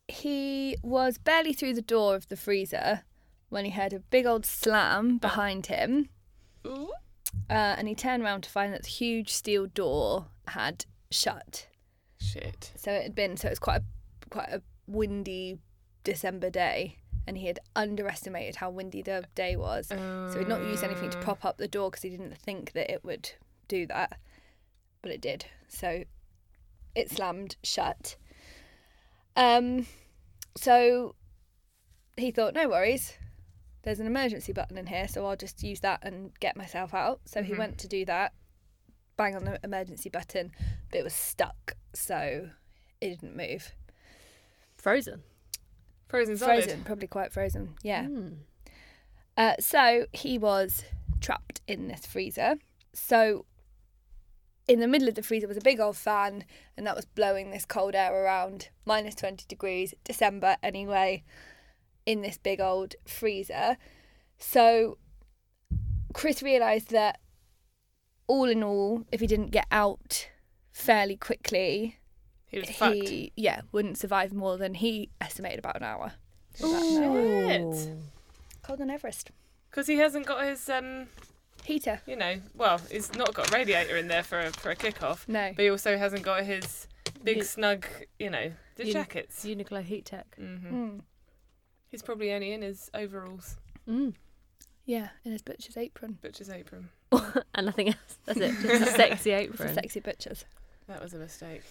Speaker 2: he was barely through the door of the freezer when he heard a big old slam behind him,
Speaker 1: Ooh.
Speaker 2: uh, and he turned around to find that the huge steel door had shut.
Speaker 1: Shit.
Speaker 2: So it had been so it was quite a, quite a windy December day, and he had underestimated how windy the day was. So he'd not used anything to prop up the door because he didn't think that it would do that, but it did. So it slammed shut. Um, so he thought, no worries. There's an emergency button in here, so I'll just use that and get myself out. So he went to do that, bang on the emergency button, but it was stuck, so it didn't move.
Speaker 3: Frozen.
Speaker 1: Frozen Hmm. solid.
Speaker 2: Frozen, probably quite frozen. Yeah. Uh, so he was trapped in this freezer. So in the middle of the freezer was a big old fan, and that was blowing this cold air around, minus 20 degrees, December anyway, in this big old freezer. So Chris realised that all in all, if he didn't get out fairly quickly,
Speaker 1: He was fucked.
Speaker 2: he yeah wouldn't survive more than he estimated about an hour.
Speaker 1: Shit.
Speaker 2: Cold on Everest.
Speaker 1: Because he hasn't got his, um,
Speaker 2: Heater.
Speaker 1: you know, well, he's not got a radiator in there for a, for a kickoff,
Speaker 2: No.
Speaker 1: but he also hasn't got his big
Speaker 3: Ye-
Speaker 1: snug, you know, the
Speaker 3: Ye-
Speaker 1: jackets.
Speaker 3: Uniqlo heat tech.
Speaker 1: hmm
Speaker 2: Mm.
Speaker 1: He's probably only in his overalls,
Speaker 3: Mm.
Speaker 2: Yeah, in his butcher's apron.
Speaker 1: butcher's apron.
Speaker 3: and nothing else. That's it. Just a sexy
Speaker 2: It's the
Speaker 3: apron.
Speaker 2: sexy butchers.
Speaker 1: That was a mistake.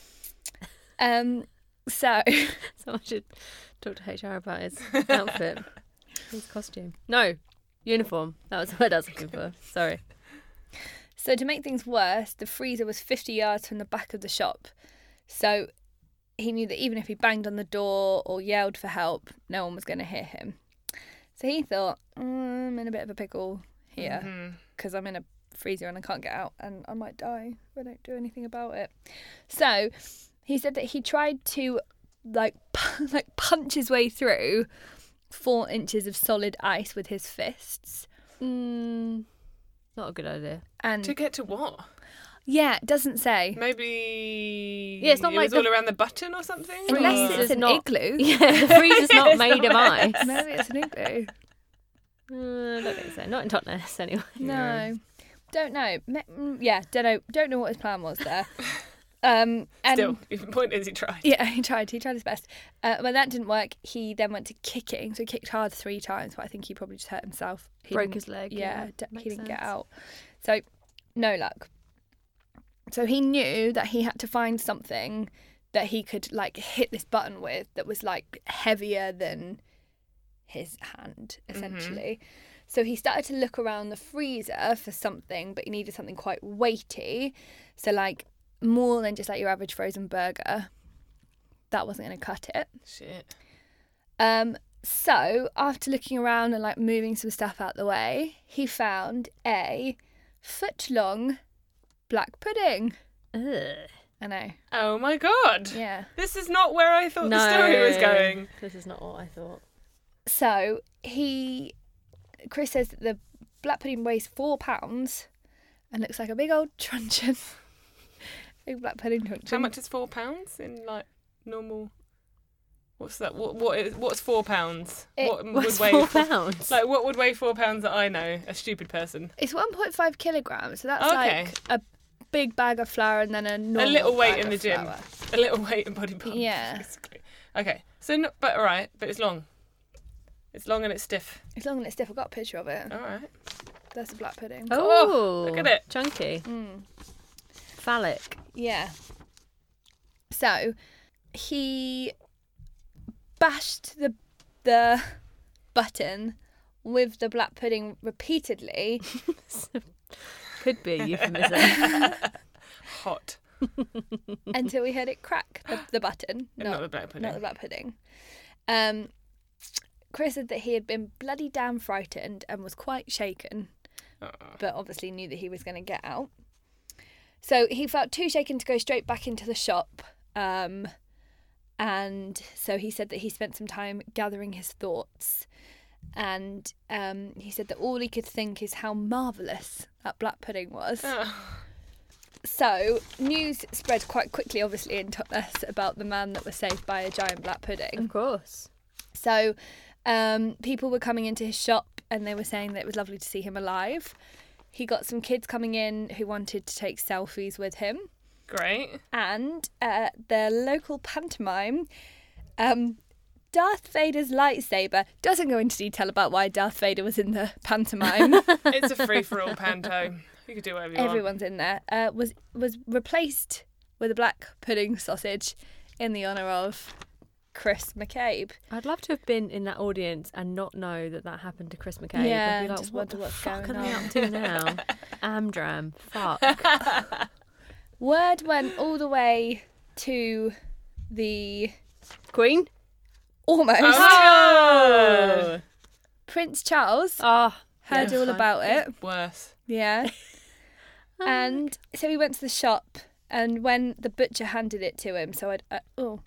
Speaker 2: Um, so
Speaker 3: Someone should talk to HR about his outfit, his costume. No, uniform. That was the word I was looking for. Sorry.
Speaker 2: So to make things worse, the freezer was 50 yards from the back of the shop. So he knew that even if he banged on the door or yelled for help, no one was going to hear him. So he thought, "Mm, I'm in a bit of a pickle here
Speaker 1: Mhm.
Speaker 2: because I'm in a freezer and I can't get out and I might die if I don't do anything about it. So he said that he tried to like like punch his way through 4 inches of solid ice with his fists
Speaker 3: Mm, not a good idea.
Speaker 2: and
Speaker 1: To get to what?
Speaker 2: yeah, it doesn't say.
Speaker 1: Maybe.
Speaker 3: Yeah, it's not
Speaker 1: it
Speaker 3: like
Speaker 1: was
Speaker 3: the-
Speaker 1: all around the button or something.
Speaker 2: Unless
Speaker 1: or-
Speaker 3: Freezer's
Speaker 2: it's an
Speaker 3: not-
Speaker 2: igloo.
Speaker 3: Yeah, the freezer's not made of ice.
Speaker 2: Maybe it's an igloo.
Speaker 3: Uh, I don't think so. Not in Totnes, anyway.
Speaker 1: Yeah.
Speaker 2: No. Don't know. Me- mm, Yeah, don't know. Don't know what his plan was there. Um, and
Speaker 1: Still, even point is he tried.
Speaker 2: yeah, he tried. He tried his best. Uh, when that didn't work, he then went to kicking. So he kicked hard three times, but I think he probably just hurt himself. He
Speaker 3: Broke
Speaker 2: didn't-
Speaker 3: his leg.
Speaker 2: yeah, d- he
Speaker 3: makes
Speaker 2: didn't get
Speaker 3: sense.
Speaker 2: out. So, no luck. So he knew that he had to find something that he could like hit this button with that was like heavier than his hand,
Speaker 3: Mm-hmm.
Speaker 2: essentially. So he started to look around the freezer for something, but he needed something quite weighty. So like more than just like your average frozen burger. That wasn't going to cut it.
Speaker 1: Shit.
Speaker 2: Um, so after looking around and like moving some stuff out the way, he found a foot long black pudding.
Speaker 3: Ugh.
Speaker 2: I know.
Speaker 1: Oh my god.
Speaker 2: Yeah.
Speaker 1: This is not where I thought the story was going.
Speaker 3: This is not what I thought.
Speaker 2: So he, Chris says that the black pudding weighs four pounds and looks like a big old truncheon. big black pudding truncheon.
Speaker 1: How much is four pounds in like normal? What's that? What what is what's four pounds?
Speaker 2: It
Speaker 1: what m-
Speaker 3: What's four pounds?
Speaker 1: Like what would weigh four pounds that I know? A stupid person.
Speaker 2: It's 1.5 kilograms. So that's
Speaker 1: Okay.
Speaker 2: like a big bag of flour and then a normal
Speaker 1: little weight
Speaker 2: bag
Speaker 1: in
Speaker 2: of
Speaker 1: the gym.
Speaker 2: flour.
Speaker 1: A little weight and body pump.
Speaker 2: Yeah.
Speaker 1: Basically. Okay. So no, but all right. But it's long. It's long and it's stiff.
Speaker 2: It's long and it's stiff. I've got a picture of it.
Speaker 1: All right.
Speaker 2: That's a black pudding.
Speaker 3: oh,
Speaker 1: look at it.
Speaker 3: Chunky.
Speaker 2: Mm.
Speaker 3: Phallic.
Speaker 2: Yeah. So he bashed the the button with the black pudding repeatedly.
Speaker 3: Could be a euphemism.
Speaker 1: Hot.
Speaker 2: until we heard it crack the, the button,
Speaker 1: Not,
Speaker 2: not,
Speaker 1: the black
Speaker 2: not
Speaker 1: pudding.
Speaker 2: the black pudding. Um, Chris said that he had been bloody damn frightened and was quite shaken,
Speaker 1: Oh.
Speaker 2: but obviously knew that he was going to get out. So he felt too shaken to go straight back into the shop. Um, and so he said that he spent some time gathering his thoughts. And um, he said that all he could think is how marvellous that black pudding was.
Speaker 1: Oh.
Speaker 2: So, news spread quite quickly, obviously, in Totnes about the man that was saved by a giant black
Speaker 3: of
Speaker 2: pudding.
Speaker 3: course.
Speaker 2: So, um, people were coming into his shop and they were saying that it was lovely to see him alive. He got some kids coming in who wanted to take selfies with him.
Speaker 1: Great.
Speaker 2: And uh, the local pantomime, um, Darth Vader's lightsaber, doesn't go into detail about why Darth Vader was in the pantomime.
Speaker 1: It's a free for all panto. You could do whatever you want.
Speaker 2: everyone's in there uh, was was replaced with a black pudding sausage in the honor of Chris McCabe.
Speaker 3: I'd love to have been in that audience and not know that that happened to Chris McCabe.
Speaker 2: Yeah,
Speaker 3: I'd be
Speaker 2: and
Speaker 3: like,
Speaker 2: just
Speaker 3: what
Speaker 2: wonder
Speaker 3: the
Speaker 2: what's
Speaker 3: fuck
Speaker 2: going
Speaker 3: are they
Speaker 2: on.
Speaker 3: up to now? Amdram. Fuck.
Speaker 2: Word went all the way to the
Speaker 3: Queen.
Speaker 2: almost
Speaker 1: Oh.
Speaker 2: Prince Charles
Speaker 3: Ah,
Speaker 2: heard
Speaker 3: yeah,
Speaker 2: all
Speaker 3: fine.
Speaker 2: about it.
Speaker 1: Worse.
Speaker 2: Yeah, and so he went to the shop, and when the butcher handed it to him, so I'd uh, oh.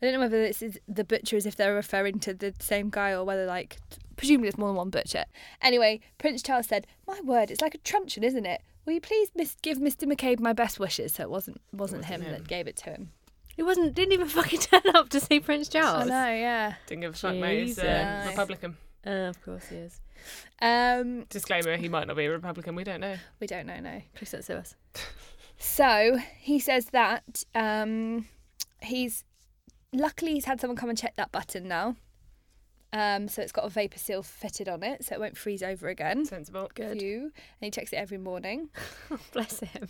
Speaker 2: I don't know whether this is the butcher as if they're referring to the same guy or whether, like, presumably there's more than one butcher. Anyway, Prince Charles said, My word, it's like a truncheon, isn't it? Will you please mis- give Mr. McCabe my best wishes? So it wasn't wasn't, him, that gave it to him.
Speaker 3: He wasn't. Didn't even fucking turn up to see Prince
Speaker 2: I
Speaker 3: Charles.
Speaker 2: know, yeah.
Speaker 1: Didn't give a fuck, mate. He's uh,
Speaker 3: Jesus.
Speaker 1: Republican.
Speaker 3: Uh, of course he is.
Speaker 2: Um,
Speaker 1: Disclaimer: He might not be a Republican. We don't know.
Speaker 2: we don't know, no.
Speaker 3: Please don't sue us.
Speaker 2: So he says that um, he's luckily he's had someone come and check that button now, Um, so it's got a vapor seal fitted on it, so it won't freeze over again.
Speaker 1: Sensible.
Speaker 3: Good.
Speaker 2: Phew. And he checks it every morning.
Speaker 3: Bless him.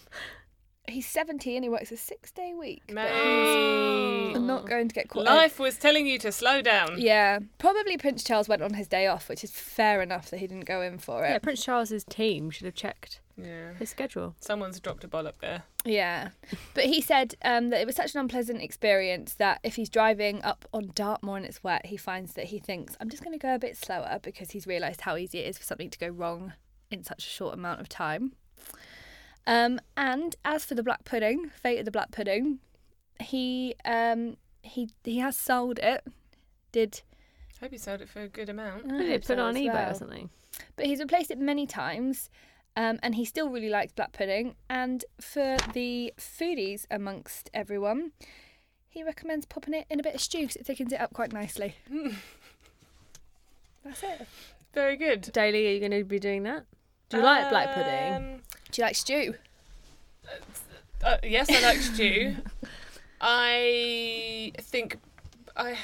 Speaker 2: He's 70 and he works a six day week. but
Speaker 1: Mate.
Speaker 2: I'm not going to get caught. out.
Speaker 1: Life was telling you to slow down.
Speaker 2: Yeah, probably Prince Charles went on his day off, which is fair enough that he didn't go in for
Speaker 3: Yeah,
Speaker 2: it.
Speaker 3: Prince Charles's team should have checked
Speaker 1: Yeah.
Speaker 3: his schedule.
Speaker 1: Someone's dropped a bollock there.
Speaker 2: Yeah, but he said um, that it was such an unpleasant experience that if he's driving up on Dartmoor and it's wet, he finds that he thinks I'm just going to go a bit slower because he's realised how easy it is for something to go wrong in such a short amount of time. Um, and as for the black pudding, fate of the black pudding, he um, he he has sold it. Did
Speaker 1: Hope you sold it for a good amount.
Speaker 3: Maybe they put it on
Speaker 2: as
Speaker 3: eBay
Speaker 2: well.
Speaker 3: or something.
Speaker 2: but he's replaced it many times um, and he still really likes black pudding and for the foodies amongst everyone he recommends popping it in a bit of stew because it thickens it up quite nicely that's it
Speaker 1: Very good.
Speaker 3: Daily, are you going to be doing that? Do you like black pudding?
Speaker 1: Um,
Speaker 2: do you like stew
Speaker 1: uh, yes, I like stew. I think I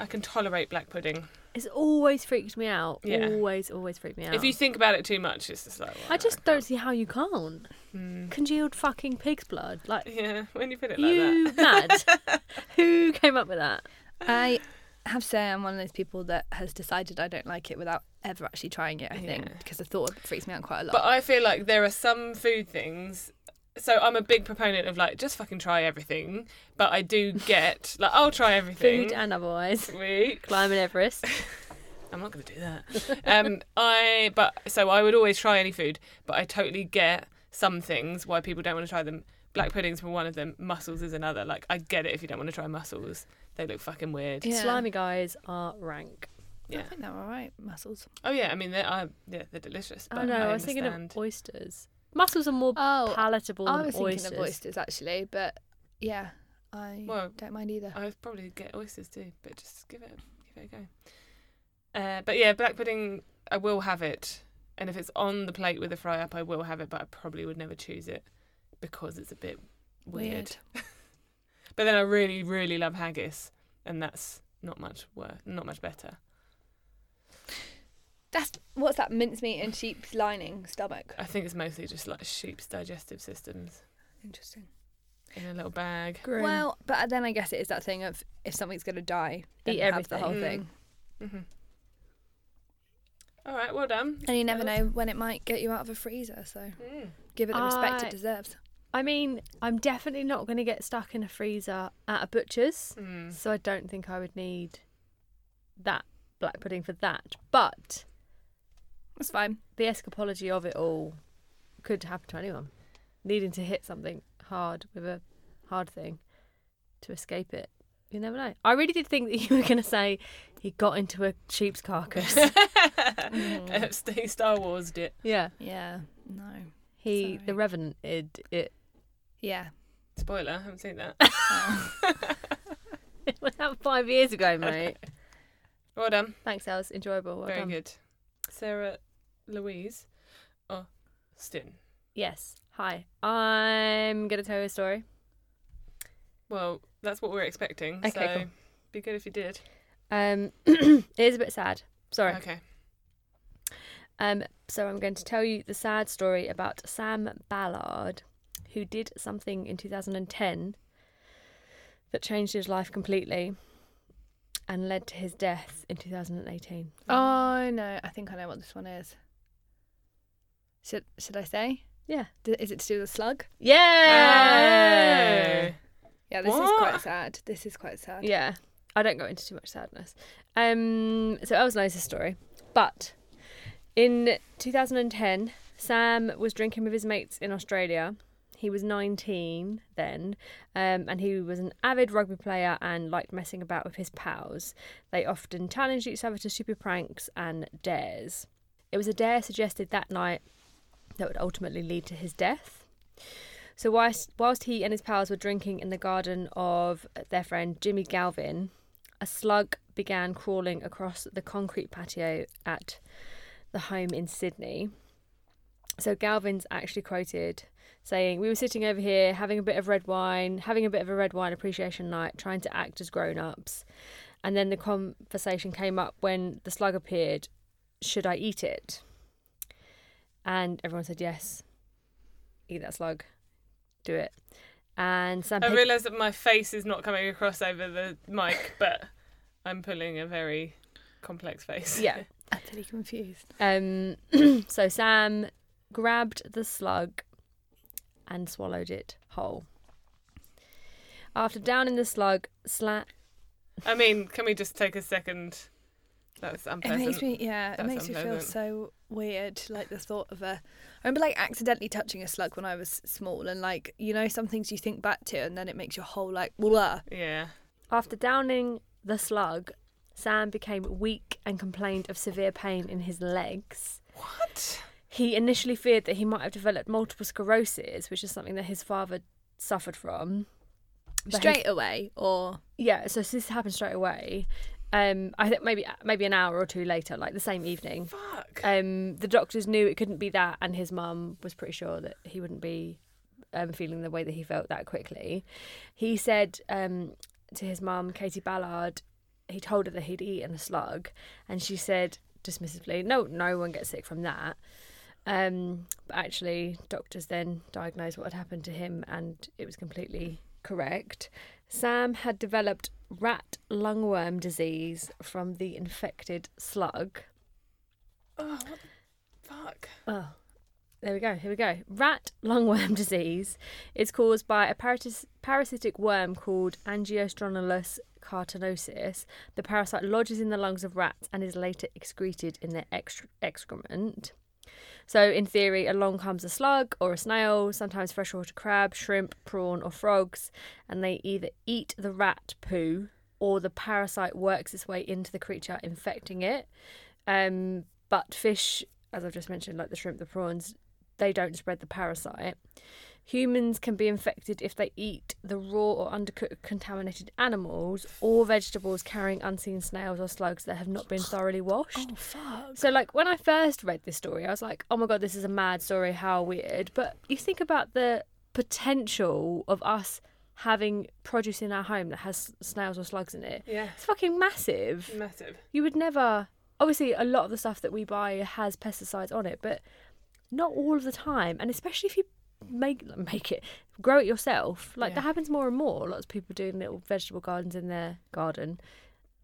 Speaker 1: I can tolerate black pudding.
Speaker 3: It's always freaked me out.
Speaker 1: Yeah.
Speaker 3: Always, always freaked me out.
Speaker 1: If you think about it too much, it's just like. well,
Speaker 3: I just don't
Speaker 1: can't.
Speaker 3: see how you can't.
Speaker 2: Hmm.
Speaker 1: Mm.
Speaker 3: Congealed fucking pig's blood. Like,
Speaker 1: Yeah, when you put it like
Speaker 3: you
Speaker 1: that.
Speaker 3: mad? Who came up with that?
Speaker 2: i have to say i'm one of those people that has decided i don't like it without ever actually trying it i think
Speaker 1: Yeah.
Speaker 2: because the thought of it freaks me out quite a lot
Speaker 1: But I feel like there are some food things. So I'm a big proponent of like just fucking try everything. But I do get like I'll try everything.
Speaker 3: Food and otherwise.
Speaker 1: Sweet.
Speaker 3: Climbing Everest.
Speaker 1: I'm not going to do that. um, I but so I would always try any food, but I totally get some things why people don't want to try them. Black puddings were one of them. Mussels is another. Like I get it if you don't want to try mussels, they look fucking weird.
Speaker 2: Yeah.
Speaker 3: Slimy guys are rank.
Speaker 1: Yeah.
Speaker 2: i think they're all right muscles
Speaker 1: Oh yeah, I mean they're I, yeah they're delicious. But
Speaker 3: I know. I, was thinking
Speaker 1: understand.
Speaker 3: of oysters. Mussels are more
Speaker 2: oh
Speaker 3: palatable
Speaker 2: i
Speaker 3: than
Speaker 2: was
Speaker 3: oysters.
Speaker 2: thinking of oysters actually but yeah i
Speaker 1: Well,
Speaker 2: don't mind either
Speaker 1: I would probably get oysters too, but just give it give it a go. Uh, but yeah, black pudding I will have it, and if it's on the plate with a fry up, I will have it, but I probably would never choose it because it's a bit weird. But then I really, really love haggis, and that's not much worse, not much better.
Speaker 2: That's what's that mincemeat and sheep's lining stomach.
Speaker 1: I think it's mostly just like sheep's digestive systems
Speaker 2: Interesting.
Speaker 1: in a little bag.
Speaker 3: Grim.
Speaker 2: Well, but then I guess it is that thing of if something's gonna die, then
Speaker 3: Eat
Speaker 2: have the
Speaker 3: everything.
Speaker 2: whole
Speaker 1: Mm.
Speaker 2: thing.
Speaker 1: hmm All right, well done.
Speaker 2: And you never know when it might get you out of a freezer, so
Speaker 1: Mm.
Speaker 2: give it the respect
Speaker 3: I-
Speaker 2: it deserves.
Speaker 3: I mean, I'm definitely not going to get stuck in a freezer at a butcher's,
Speaker 1: Mm.
Speaker 3: so I don't think I would need that black pudding for that. But
Speaker 2: That's fine.
Speaker 3: the escapology of it all could happen to anyone. Needing to hit something hard with a hard thing to escape it. You never know. I really did think that you were going to say he got into a sheep's carcass.
Speaker 1: Epstein Star Wars did.
Speaker 3: yeah.
Speaker 2: Yeah. No.
Speaker 3: He,
Speaker 2: Sorry.
Speaker 3: the Revenant, it, it,
Speaker 2: Yeah.
Speaker 1: Spoiler, I haven't seen that.
Speaker 3: Oh. it was out five years ago, mate.
Speaker 1: Well done.
Speaker 3: Thanks, that was enjoyable. Well
Speaker 1: Very
Speaker 3: done.
Speaker 1: good. Sarah Louise oh, Austin.
Speaker 3: Yes. Hi. I'm going to tell you a story.
Speaker 1: Well, that's what we're expecting.
Speaker 3: Okay,
Speaker 1: so
Speaker 3: cool.
Speaker 1: be good if you did.
Speaker 3: Um, it is a bit sad. Sorry.
Speaker 1: Okay.
Speaker 3: Um, so I'm going to tell you the sad story about Sam Ballard, who did something in 2010 that changed his life completely and led to his death in 2018.
Speaker 2: Oh no, I think I know what this one is. Should should I say?
Speaker 3: Yeah.
Speaker 2: D- Is it to do with the slug?
Speaker 3: Yeah.
Speaker 2: Yeah, this is quite
Speaker 1: What?
Speaker 2: sad. This is quite sad.
Speaker 3: Yeah. I don't go into too much sadness. Um, so Elsa knows this story. But in 2010, Sam was drinking with his mates in Australia. He was 19 then, um, and he was an avid rugby player and liked messing about with his pals. They often challenged each other to stupid pranks and dares. It was a dare suggested that night that would ultimately lead to his death. So whilst, whilst he and his pals were drinking in the garden of their friend Jimmy Galvin, a slug began crawling across the concrete patio at the home in Sydney. So Galvin's actually quoted saying, "We were sitting over here having a bit of red wine, having a bit of a red wine appreciation night, trying to act as grown-ups, And then the conversation came up when the slug appeared should I eat it? And everyone said yes. Eat that slug. Do it. And Sam
Speaker 1: I
Speaker 3: Pig-
Speaker 1: realise that my face is not coming across over the mic, but I'm pulling a very complex face.
Speaker 3: Yeah.
Speaker 2: Utterly confused.
Speaker 3: Um so Sam grabbed the slug and swallowed it whole. After down in the slug, sla-
Speaker 1: I mean, can we just take a second? That's
Speaker 2: It
Speaker 1: unpleasant.
Speaker 2: makes me, yeah, it
Speaker 1: That's
Speaker 2: makes me feel
Speaker 1: unpleasant.
Speaker 2: so weird. Like the thought of a, I remember like accidentally touching a slug when I was small, and like you know some things you think back to, and then it makes your whole like, blah.
Speaker 1: Yeah.
Speaker 3: After downing the slug, Sam became weak and complained of severe pain in his legs.
Speaker 1: What?
Speaker 3: He initially feared that he might have developed multiple sclerosis, which is something that his father suffered from. But he-
Speaker 2: straight away, or
Speaker 3: yeah, so this happened straight away. Um, I think maybe maybe an hour or two later, like the same evening.
Speaker 1: Fuck.
Speaker 3: Um, the doctors knew it couldn't be that, and his mum was pretty sure that he wouldn't be um, feeling the way that he felt that quickly. He said um, to his mum, Katie Ballard, he told her that he'd eaten a slug, and she said dismissively, "No, no one gets sick from that." Um, but actually, doctors then diagnosed what had happened to him, and it was completely correct. Sam had developed rat lungworm disease from the infected slug.
Speaker 1: oh, what the fuck.
Speaker 3: Oh, there we go. Here we go. Rat lungworm disease is caused by a paratis- parasitic worm called Angiostronolus cartinosis. The parasite lodges in the lungs of rats and is later excreted in their excre- excrement. So, in theory, along comes a slug or a snail, sometimes freshwater crab, shrimp, prawn, or frogs, and they either eat the rat poo or the parasite works its way into the creature, infecting it. Um, but fish, as I've just mentioned, like the shrimp, the prawns, they don't spread the parasite. Humans can be infected if they eat the raw or undercooked contaminated animals or vegetables carrying unseen snails or slugs that have not been thoroughly washed.
Speaker 2: Oh, fuck.
Speaker 3: So, like, when I first read this story, I was like, oh my God, this is a mad story. How weird. But you think about the potential of us having produce in our home that has snails or slugs in it.
Speaker 1: Yeah.
Speaker 3: It's fucking massive
Speaker 1: Massive.
Speaker 3: you would never obviously a lot of the stuff that we buy has pesticides on it but not all of the time and especially if you make make it grow it yourself like
Speaker 1: Yeah.
Speaker 3: that happens more and more lots of people doing little vegetable gardens in their garden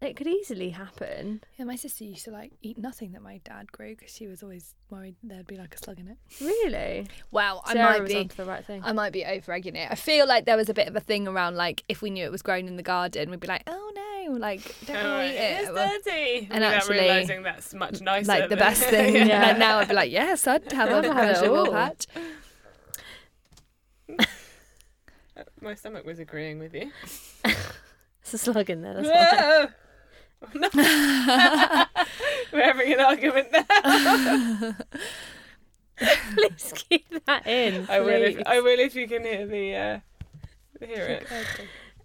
Speaker 3: it could easily happen
Speaker 2: Yeah, my sister used to like eat nothing that my dad grew because she was always worried there'd be like a slug in it.
Speaker 3: really
Speaker 2: Wow, I
Speaker 3: Sarah
Speaker 2: might
Speaker 3: was
Speaker 2: be.
Speaker 3: onto the right thing
Speaker 2: I might be overegging it. I feel like there was a bit of a thing around like if we knew it was grown in the garden, we'd be like, oh no, like don't
Speaker 1: Oh,
Speaker 2: eat
Speaker 1: it's
Speaker 2: it.
Speaker 1: dirty.
Speaker 2: and
Speaker 1: Without
Speaker 2: actually-
Speaker 1: realising that's much nicer.
Speaker 2: like
Speaker 1: than-
Speaker 2: the best thing.
Speaker 1: Yeah.
Speaker 3: Yeah.
Speaker 2: Like now I'd be like, yes, I'd have
Speaker 3: I'd
Speaker 2: a
Speaker 3: have it
Speaker 2: vegetable
Speaker 3: all.
Speaker 2: patch.
Speaker 1: My stomach was agreeing with you.
Speaker 3: it's a slug in there that's why.
Speaker 1: Whoa! No. We're having an argument there.
Speaker 3: please keep that in
Speaker 1: I will, if,
Speaker 3: please.
Speaker 1: I will if you can hear the uh, hear it.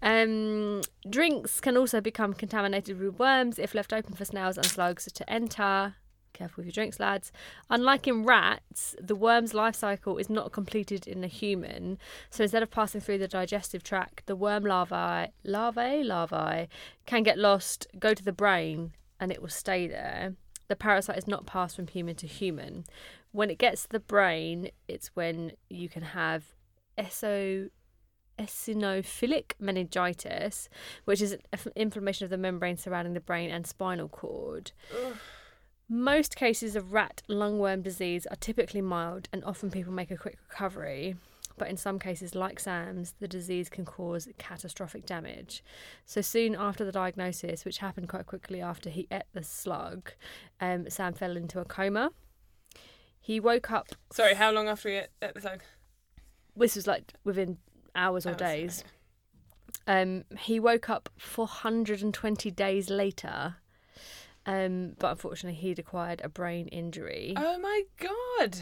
Speaker 3: Um, drinks can also become contaminated with worms if left open for snails and slugs to enter. Careful with your drinks, lads. Unlike in rats, the worm's life cycle is not completed in a human. So instead of passing through the digestive tract, the worm larvae, larvae, larvae, can get lost, go to the brain, and it will stay there. The parasite is not passed from human to human. When it gets to the brain, it's when you can have eso eosinophilic meningitis, which is inf- inflammation of the membrane surrounding the brain and spinal cord. Most cases of rat lungworm disease are typically mild and often people make a quick recovery. But in some cases, like Sam's, the disease can cause catastrophic damage. So, soon after the diagnosis, which happened quite quickly after he ate the slug, um, Sam fell into a coma. He woke up
Speaker 1: Sorry, how long after e-, you at the slug?
Speaker 3: this was like within hours or
Speaker 1: Hours,
Speaker 3: days. Um, he woke up 420 days later, um, but unfortunately, he'd acquired a brain injury.
Speaker 1: Oh my god!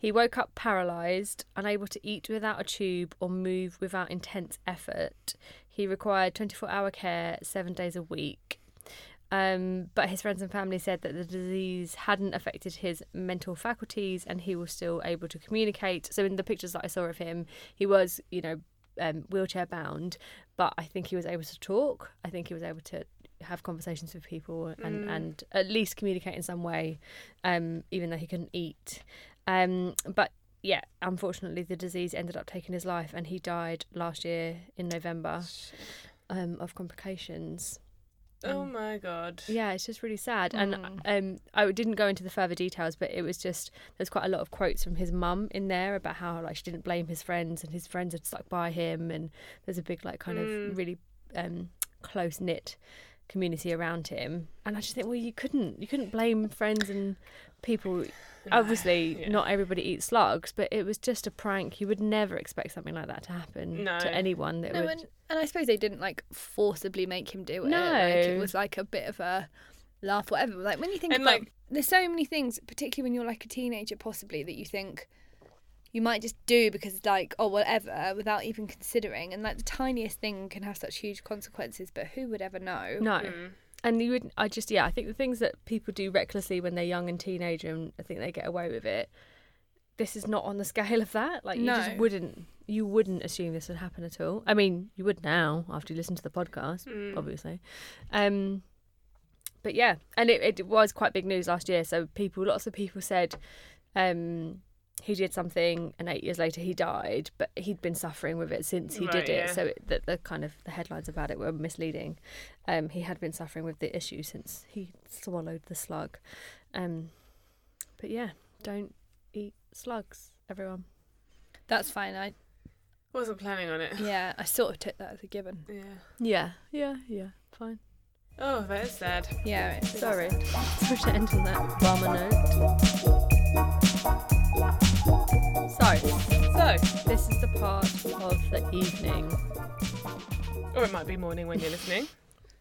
Speaker 3: He woke up paralyzed, unable to eat without a tube or move without intense effort. He required 24 hour care seven days a week. Um, but his friends and family said that the disease hadn't affected his mental faculties and he was still able to communicate. So, in the pictures that I saw of him, he was, you know, um, wheelchair bound, but I think he was able to talk. I think he was able to have conversations with people and,
Speaker 1: Mm.
Speaker 3: and at least communicate in some way, um, even though he couldn't eat. Um, but yeah, unfortunately, the disease ended up taking his life, and he died last year in November um, of complications.
Speaker 1: Oh
Speaker 3: Um,
Speaker 1: my god.
Speaker 3: Yeah, it's just really sad.
Speaker 2: Mm.
Speaker 3: And um, I didn't go into the further details, but it was just there's quite a lot of quotes from his mum in there about how like she didn't blame his friends and his friends had stuck by him, and there's a big like kind
Speaker 1: Mm.
Speaker 3: of really um, close knit community around him. And I just think, well, you couldn't you couldn't blame friends and people. Obviously,
Speaker 1: yeah.
Speaker 3: not everybody eats slugs, but it was just a prank. You would never expect something like that to happen
Speaker 1: No.
Speaker 3: to anyone. That
Speaker 2: No,
Speaker 3: would
Speaker 2: and, and I suppose they didn't like forcibly make him do it.
Speaker 3: No.
Speaker 2: like, it was like a bit of a laugh, whatever. Like when you think
Speaker 1: And,
Speaker 2: about,
Speaker 1: like-
Speaker 2: there's so many things, particularly when you're like a teenager, possibly that you think you might just do because it's like oh whatever, without even considering. And like the tiniest thing can have such huge consequences, but who would ever know?
Speaker 3: no. and you would i just yeah i think the things that people do recklessly when they're young and teenager and i think they get away with it this is not on the scale of that like you just
Speaker 2: No.
Speaker 3: wouldn't you wouldn't assume this would happen at all i mean you would now after you listen to the podcast
Speaker 1: Hmm.
Speaker 3: obviously um but yeah and it, it was quite big news last year so people lots of people said um he did something and eight years later he died but he'd been suffering with it since he
Speaker 1: Right,
Speaker 3: did it
Speaker 1: yeah.
Speaker 3: so it, the, the kind of the headlines about it were misleading um, he had been suffering with the issue since he swallowed the slug. Um, but yeah, don't eat slugs, everyone.
Speaker 2: That's fine. I
Speaker 1: Wasn't planning on it.
Speaker 2: yeah, I sort of took that as a given.
Speaker 1: Yeah.
Speaker 3: Yeah, yeah, yeah. Fine.
Speaker 1: Oh, that is sad.
Speaker 2: Yeah. it is.
Speaker 3: Sorry. Sorry to end on that bummer note. So,
Speaker 1: So,
Speaker 3: this is the part of the evening,
Speaker 1: or it might be morning when you're listening.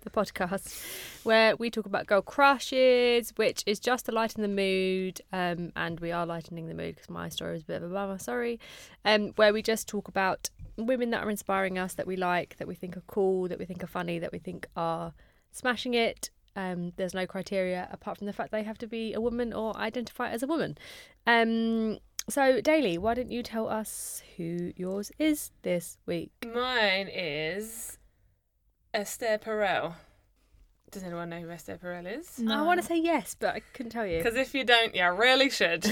Speaker 3: the podcast, where we talk about girl crushes, which is just to lighten the mood. Um, and we are lightening the mood because my story is a bit of a bummer. Sorry. um, where we just talk about women that are inspiring us, that we like, that we think are cool, that we think are funny, that we think are smashing it. Um, there's no criteria apart from the fact they have to be a woman or identify as a woman. Um, so, Daily, why don't you tell us who yours is this week?
Speaker 1: Mine is Esther Perel. Does anyone know who Esther Perel is?
Speaker 3: I want to say yes, but I couldn't tell you.
Speaker 1: Because if you don't, you really should.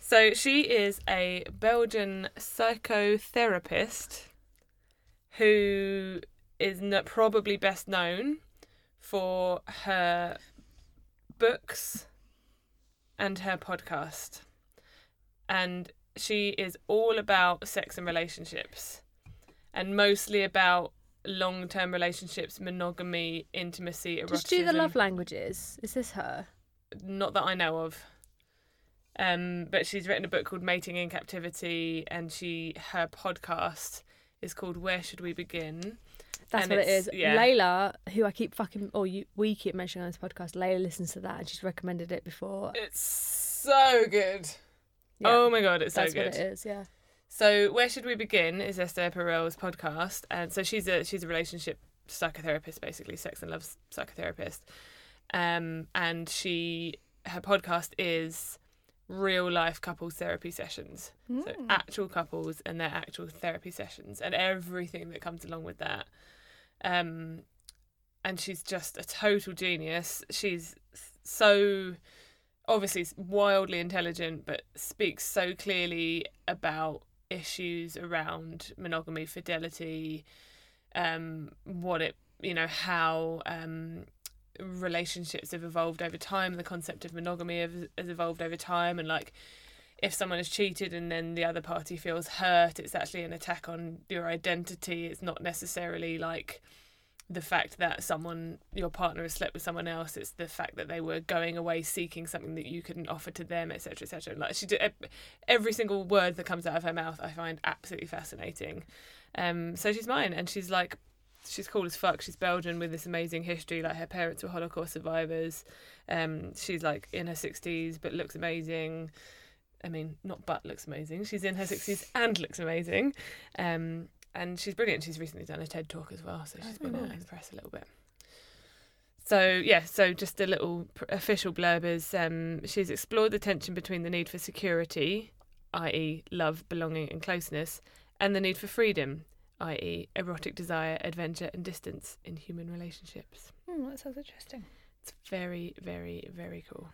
Speaker 1: so she is a Belgian psychotherapist who is no- probably best known for her books and her podcast. And she is all about sex and relationships and mostly about long term relationships, monogamy, intimacy, eroticism
Speaker 3: Just do the love languages. Is this her?
Speaker 1: not that I know of. Um, but she's written a book called Mating in Captivity, and she her podcast is called Where Should We Begin?
Speaker 3: That's
Speaker 1: And
Speaker 3: what it
Speaker 1: it's-
Speaker 3: is.
Speaker 1: yeah.
Speaker 3: Layla, who I keep fucking, or you, we keep mentioning on this podcast, Layla listens to that and she's recommended it before.
Speaker 1: It's so good.
Speaker 3: Yeah,
Speaker 1: Oh my god, it's
Speaker 3: that's
Speaker 1: so good.
Speaker 3: what it is. Yeah.
Speaker 1: So where should we begin? Is Esther Perel's podcast, and so she's a she's a relationship psychotherapist, basically sex and love s- psychotherapist, um, and she her podcast is real life couples therapy sessions. So actual couples and their actual therapy sessions and everything that comes along with that. Um, and she's just a total genius. She's so obviously s- wildly intelligent, but speaks so clearly about issues around monogamy, fidelity, um, what it, you know, how um, relationships have evolved over time, the concept of monogamy has, has evolved over time, and like if someone has cheated and then the other party feels hurt, it's actually an attack on your identity. It's not necessarily like the fact that someone, your partner, has slept with someone else. It's the fact that they were going away seeking something that you couldn't offer to them, etc., etc. Like she did, e, every single word that comes out of her mouth, I find absolutely fascinating. Um, so she's mine, and she's like, she's cool as fuck. She's Belgian with this amazing history. Like her parents were Holocaust survivors. Um, she's like in her sixties, but looks amazing. I mean, not but looks amazing. She's in her sixties and looks amazing. Um, and she's brilliant. She's recently done a TED talk as well, so she's
Speaker 3: Oh,
Speaker 1: been out
Speaker 3: nice.
Speaker 1: in the press a little bit. So yeah, so just a little pr- official blurb is um, she's explored the tension between the need for security, i.e., love, belonging, and closeness, and the need for freedom, i.e., erotic desire, adventure, and distance in human relationships.
Speaker 2: Hmm, that sounds interesting.
Speaker 1: It's very, very, very cool.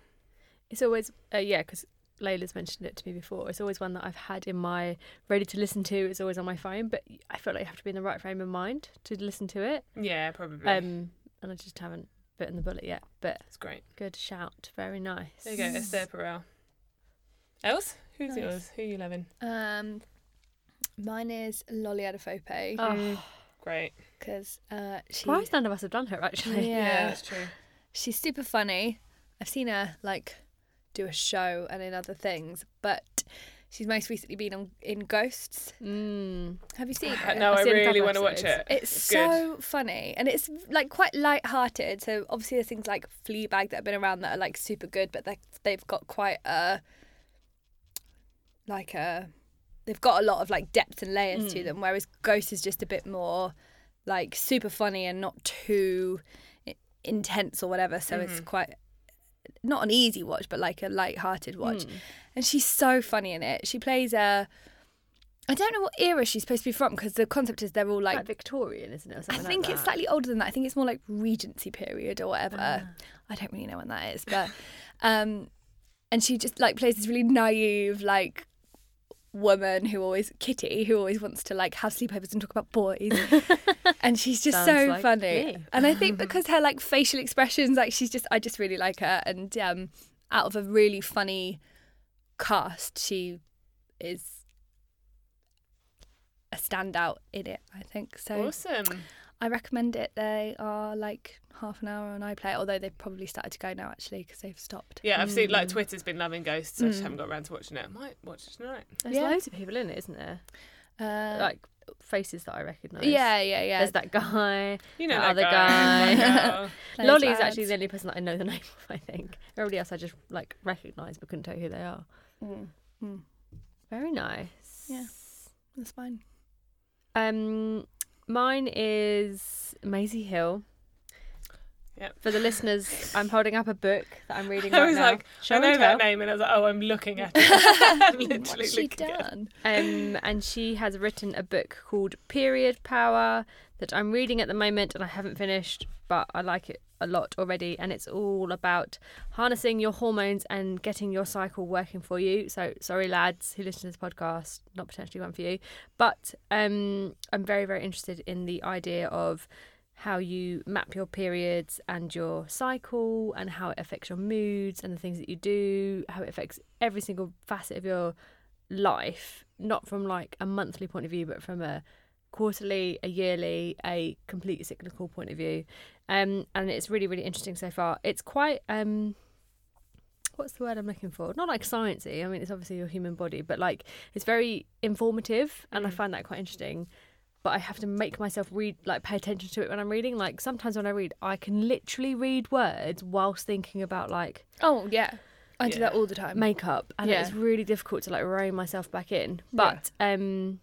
Speaker 3: It's always, uh, yeah, because Layla's mentioned it to me before. It's always one that I've had in my ready to listen to. It's always on my phone, but I feel like you have to be in the right frame of mind to listen to it.
Speaker 1: Yeah, probably.
Speaker 3: Um, and I just haven't bitten the bullet yet. But
Speaker 1: it's great.
Speaker 3: good shout, very nice.
Speaker 1: There you go, Esther Perel. Else? Who's
Speaker 2: Nice.
Speaker 1: yours? Who are you loving?
Speaker 2: Um, mine is Lolly Adefope
Speaker 3: Oh,
Speaker 1: Great.
Speaker 2: because uh, she
Speaker 3: surprised none of us have done her actually.
Speaker 2: Yeah.
Speaker 1: that's true.
Speaker 2: she's super funny. I've seen her like do a show and in other things, but she's most recently been on in Ghosts.
Speaker 3: Mm.
Speaker 2: Have you seen
Speaker 1: Uh,
Speaker 2: it?
Speaker 1: No,
Speaker 3: I've
Speaker 1: I
Speaker 3: seen a
Speaker 1: really
Speaker 3: couple
Speaker 1: want to watch
Speaker 3: episodes.
Speaker 1: it.
Speaker 2: It's
Speaker 1: good.
Speaker 2: so funny and it's like quite light-hearted. So obviously there's things like Fleabag that have been around that are like super good, but they they've got quite a like a they've got a lot of like depth and layers to them. Whereas Ghost is just a bit more like super funny and not too i- intense or whatever. So it's quite not an easy watch, but like a light-hearted watch. And she's so funny in it. She plays a I don't know what era she's supposed to be from because the concept is they're all like
Speaker 3: Like Victorian, isn't it? Or
Speaker 2: I
Speaker 3: something
Speaker 2: think
Speaker 3: like
Speaker 2: it's
Speaker 3: that.
Speaker 2: slightly older than that. I think it's more like Regency period or whatever.
Speaker 3: Ah.
Speaker 2: I don't really know when that is, but um, and she just like plays this really naive like woman who always Kitty who always wants to like have sleepovers and talk about boys, and she's just so
Speaker 3: Sounds like
Speaker 2: funny.
Speaker 3: me.
Speaker 2: And I think because her like facial expressions, like she's just I just really like her, and um, out of a really funny cast, she is a standout in it. I think so.
Speaker 1: Awesome.
Speaker 2: I recommend it. They are like half an hour on iPlayer, although they've probably started to go now actually because they've stopped.
Speaker 1: Yeah, I've seen
Speaker 2: Mm.
Speaker 1: like Twitter's been loving Ghosts. I just haven't got around to watching it. I might watch it tonight.
Speaker 3: There's
Speaker 2: Yeah.
Speaker 3: loads of people in it, isn't there?
Speaker 2: Uh,
Speaker 3: like faces that I recognise.
Speaker 2: yeah, yeah, yeah.
Speaker 3: There's that guy.
Speaker 1: You know,
Speaker 3: That
Speaker 1: that
Speaker 3: other
Speaker 1: guy.
Speaker 3: guy.
Speaker 1: Oh,
Speaker 2: Those
Speaker 3: Lolly is
Speaker 2: lads.
Speaker 3: actually the only person that I know the name of, I think. Everybody else I just like recognise but couldn't tell who they are.
Speaker 2: Mm, mm.
Speaker 3: Very nice.
Speaker 2: Yeah. That's fine.
Speaker 3: Um mine is Maisie Hill.
Speaker 1: Yep.
Speaker 3: For the listeners, I'm holding up a book that I'm reading
Speaker 1: I
Speaker 3: right
Speaker 1: was
Speaker 3: now.
Speaker 1: like,
Speaker 3: Show
Speaker 1: I know
Speaker 3: and
Speaker 1: that
Speaker 3: tell.
Speaker 1: name, and I was like, oh, I'm looking at it. Literally
Speaker 2: What's she
Speaker 1: looking at it.
Speaker 2: done?
Speaker 3: um, and she has written a book called Period Power that I'm reading at the moment and I haven't finished, but I like it a lot already. And it's all about harnessing your hormones and getting your cycle working for you. So, sorry, lads who listen to this podcast, not potentially one for you. But um, I'm very, very interested in the idea of how you map your periods and your cycle and how it affects your moods and the things that you do, how it affects every single facet of your life, not from like a monthly point of view, but from a quarterly, a yearly, a complete cyclical point of view. Um, and it's really, really interesting so far. It's quite um, what's the word I'm looking for? Not like sciencey. I mean, it's obviously your human body, but like it's very informative, and I find that quite interesting. But I have to make myself read, like pay attention to it when I'm reading. Like sometimes when I read, I can literally read words whilst thinking about like
Speaker 2: Oh yeah, I do
Speaker 1: Yeah.
Speaker 2: that all the time.
Speaker 3: makeup and
Speaker 2: Yeah.
Speaker 3: it's really difficult to like rein myself back in but um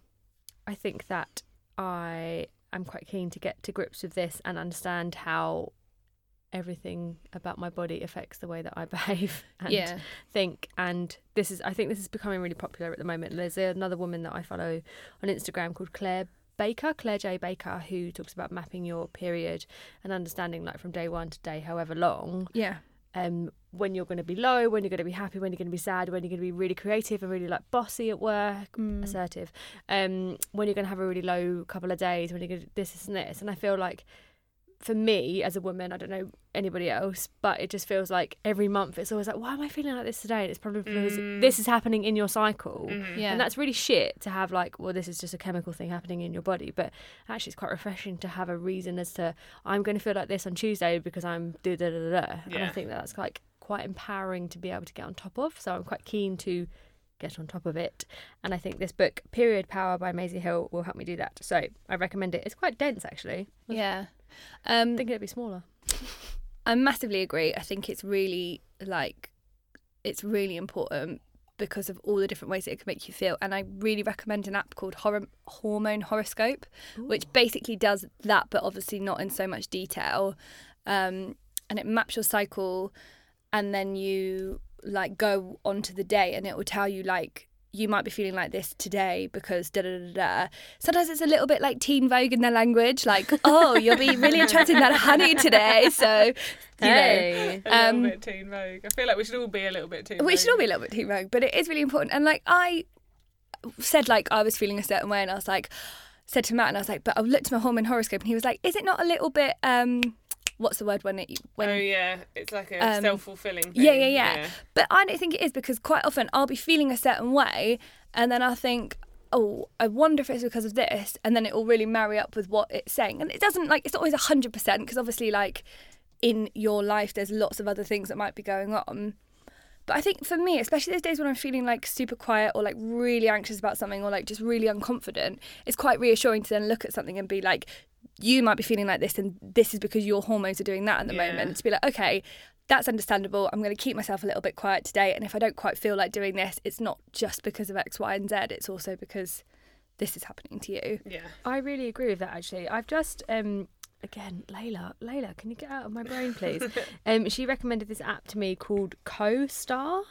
Speaker 3: i think that i am quite keen to get to grips with this and understand how everything about my body affects the way that i behave and
Speaker 2: yeah,
Speaker 3: think and this is i think this is becoming really popular at the moment there's another woman that i follow on instagram called claire baker claire j baker who talks about mapping your period and understanding like from day one to day however long
Speaker 2: yeah,
Speaker 3: um, when you're going to be low, when you're going to be happy, when you're going to be sad, when you're going to be really creative and really like bossy at work,
Speaker 2: Mm.
Speaker 3: assertive, um, when you're going to have a really low couple of days, when you're going to this, this, and this. And I feel like for me as a woman, I don't know anybody else, but it just feels like every month it's always like, why am I feeling like this today? And it's probably because this is happening in your cycle.
Speaker 2: yeah.
Speaker 3: And that's really shit to have like, well, this is just a chemical thing happening in your body. But actually, it's quite refreshing to have a reason as to I'm going to feel like this on Tuesday because I'm da da da da. da. And I
Speaker 1: Yeah.
Speaker 3: think that that's like quite empowering to be able to get on top of. So I'm quite keen to get on top of it. And I think this book, Period Power by Maisie Hill, will help me do that. So I recommend it. It's quite dense actually.
Speaker 2: yeah. Um,
Speaker 3: I think it'd be smaller.
Speaker 2: I massively agree. I think it's really like it's really important because of all the different ways that it can make you feel. And I really recommend an app called Hor- Hormone Horoscope, which basically does that, but obviously not in so much detail. Um, and it maps your cycle, and then you like go onto the day, and it will tell you like you might be feeling like this today because da da da da. Sometimes it's a little bit like Teen Vogue in their language, like, oh, you'll be really attracting that honey today. So, you
Speaker 3: Hey.
Speaker 1: A little
Speaker 2: Um,
Speaker 1: bit Teen Vogue. I feel like we should all be a little bit Teen
Speaker 2: know,
Speaker 1: Vogue.
Speaker 2: we should all be a little bit Teen Vogue, but it is really important. And like, I said, like, I was feeling a certain way, and I was like, said to Matt, and I was like, but I looked at my hormone horoscope, and he was like, is it not a little bit, um, what's the word when it, when
Speaker 1: Oh yeah, it's like a
Speaker 2: Um,
Speaker 1: self-fulfilling.
Speaker 2: Yeah,
Speaker 1: thing,
Speaker 2: yeah, yeah, But I don't think it is because quite often I'll be feeling a certain way and then I'll think, oh, I wonder if it's because of this. And then it will really marry up with what it's saying. And it doesn't, like, it's not always 100% because obviously, like, in your life, there's lots of other things that might be going on. But I think for me, especially those days when I'm feeling like super quiet or like really anxious about something or like just really unconfident, it's quite reassuring to then look at something and be like, you might be feeling like this, and this is because your hormones are doing that at the
Speaker 1: Yeah.
Speaker 2: moment. To be like, okay, that's understandable. I'm going to keep myself a little bit quiet today. And if I don't quite feel like doing this, it's not just because of X, Y, and Z. It's also because this is happening to you.
Speaker 1: Yeah.
Speaker 3: I really agree with that actually. I've just um again, Layla, Layla, can you get out of my brain please? um she recommended this app to me called CoStar,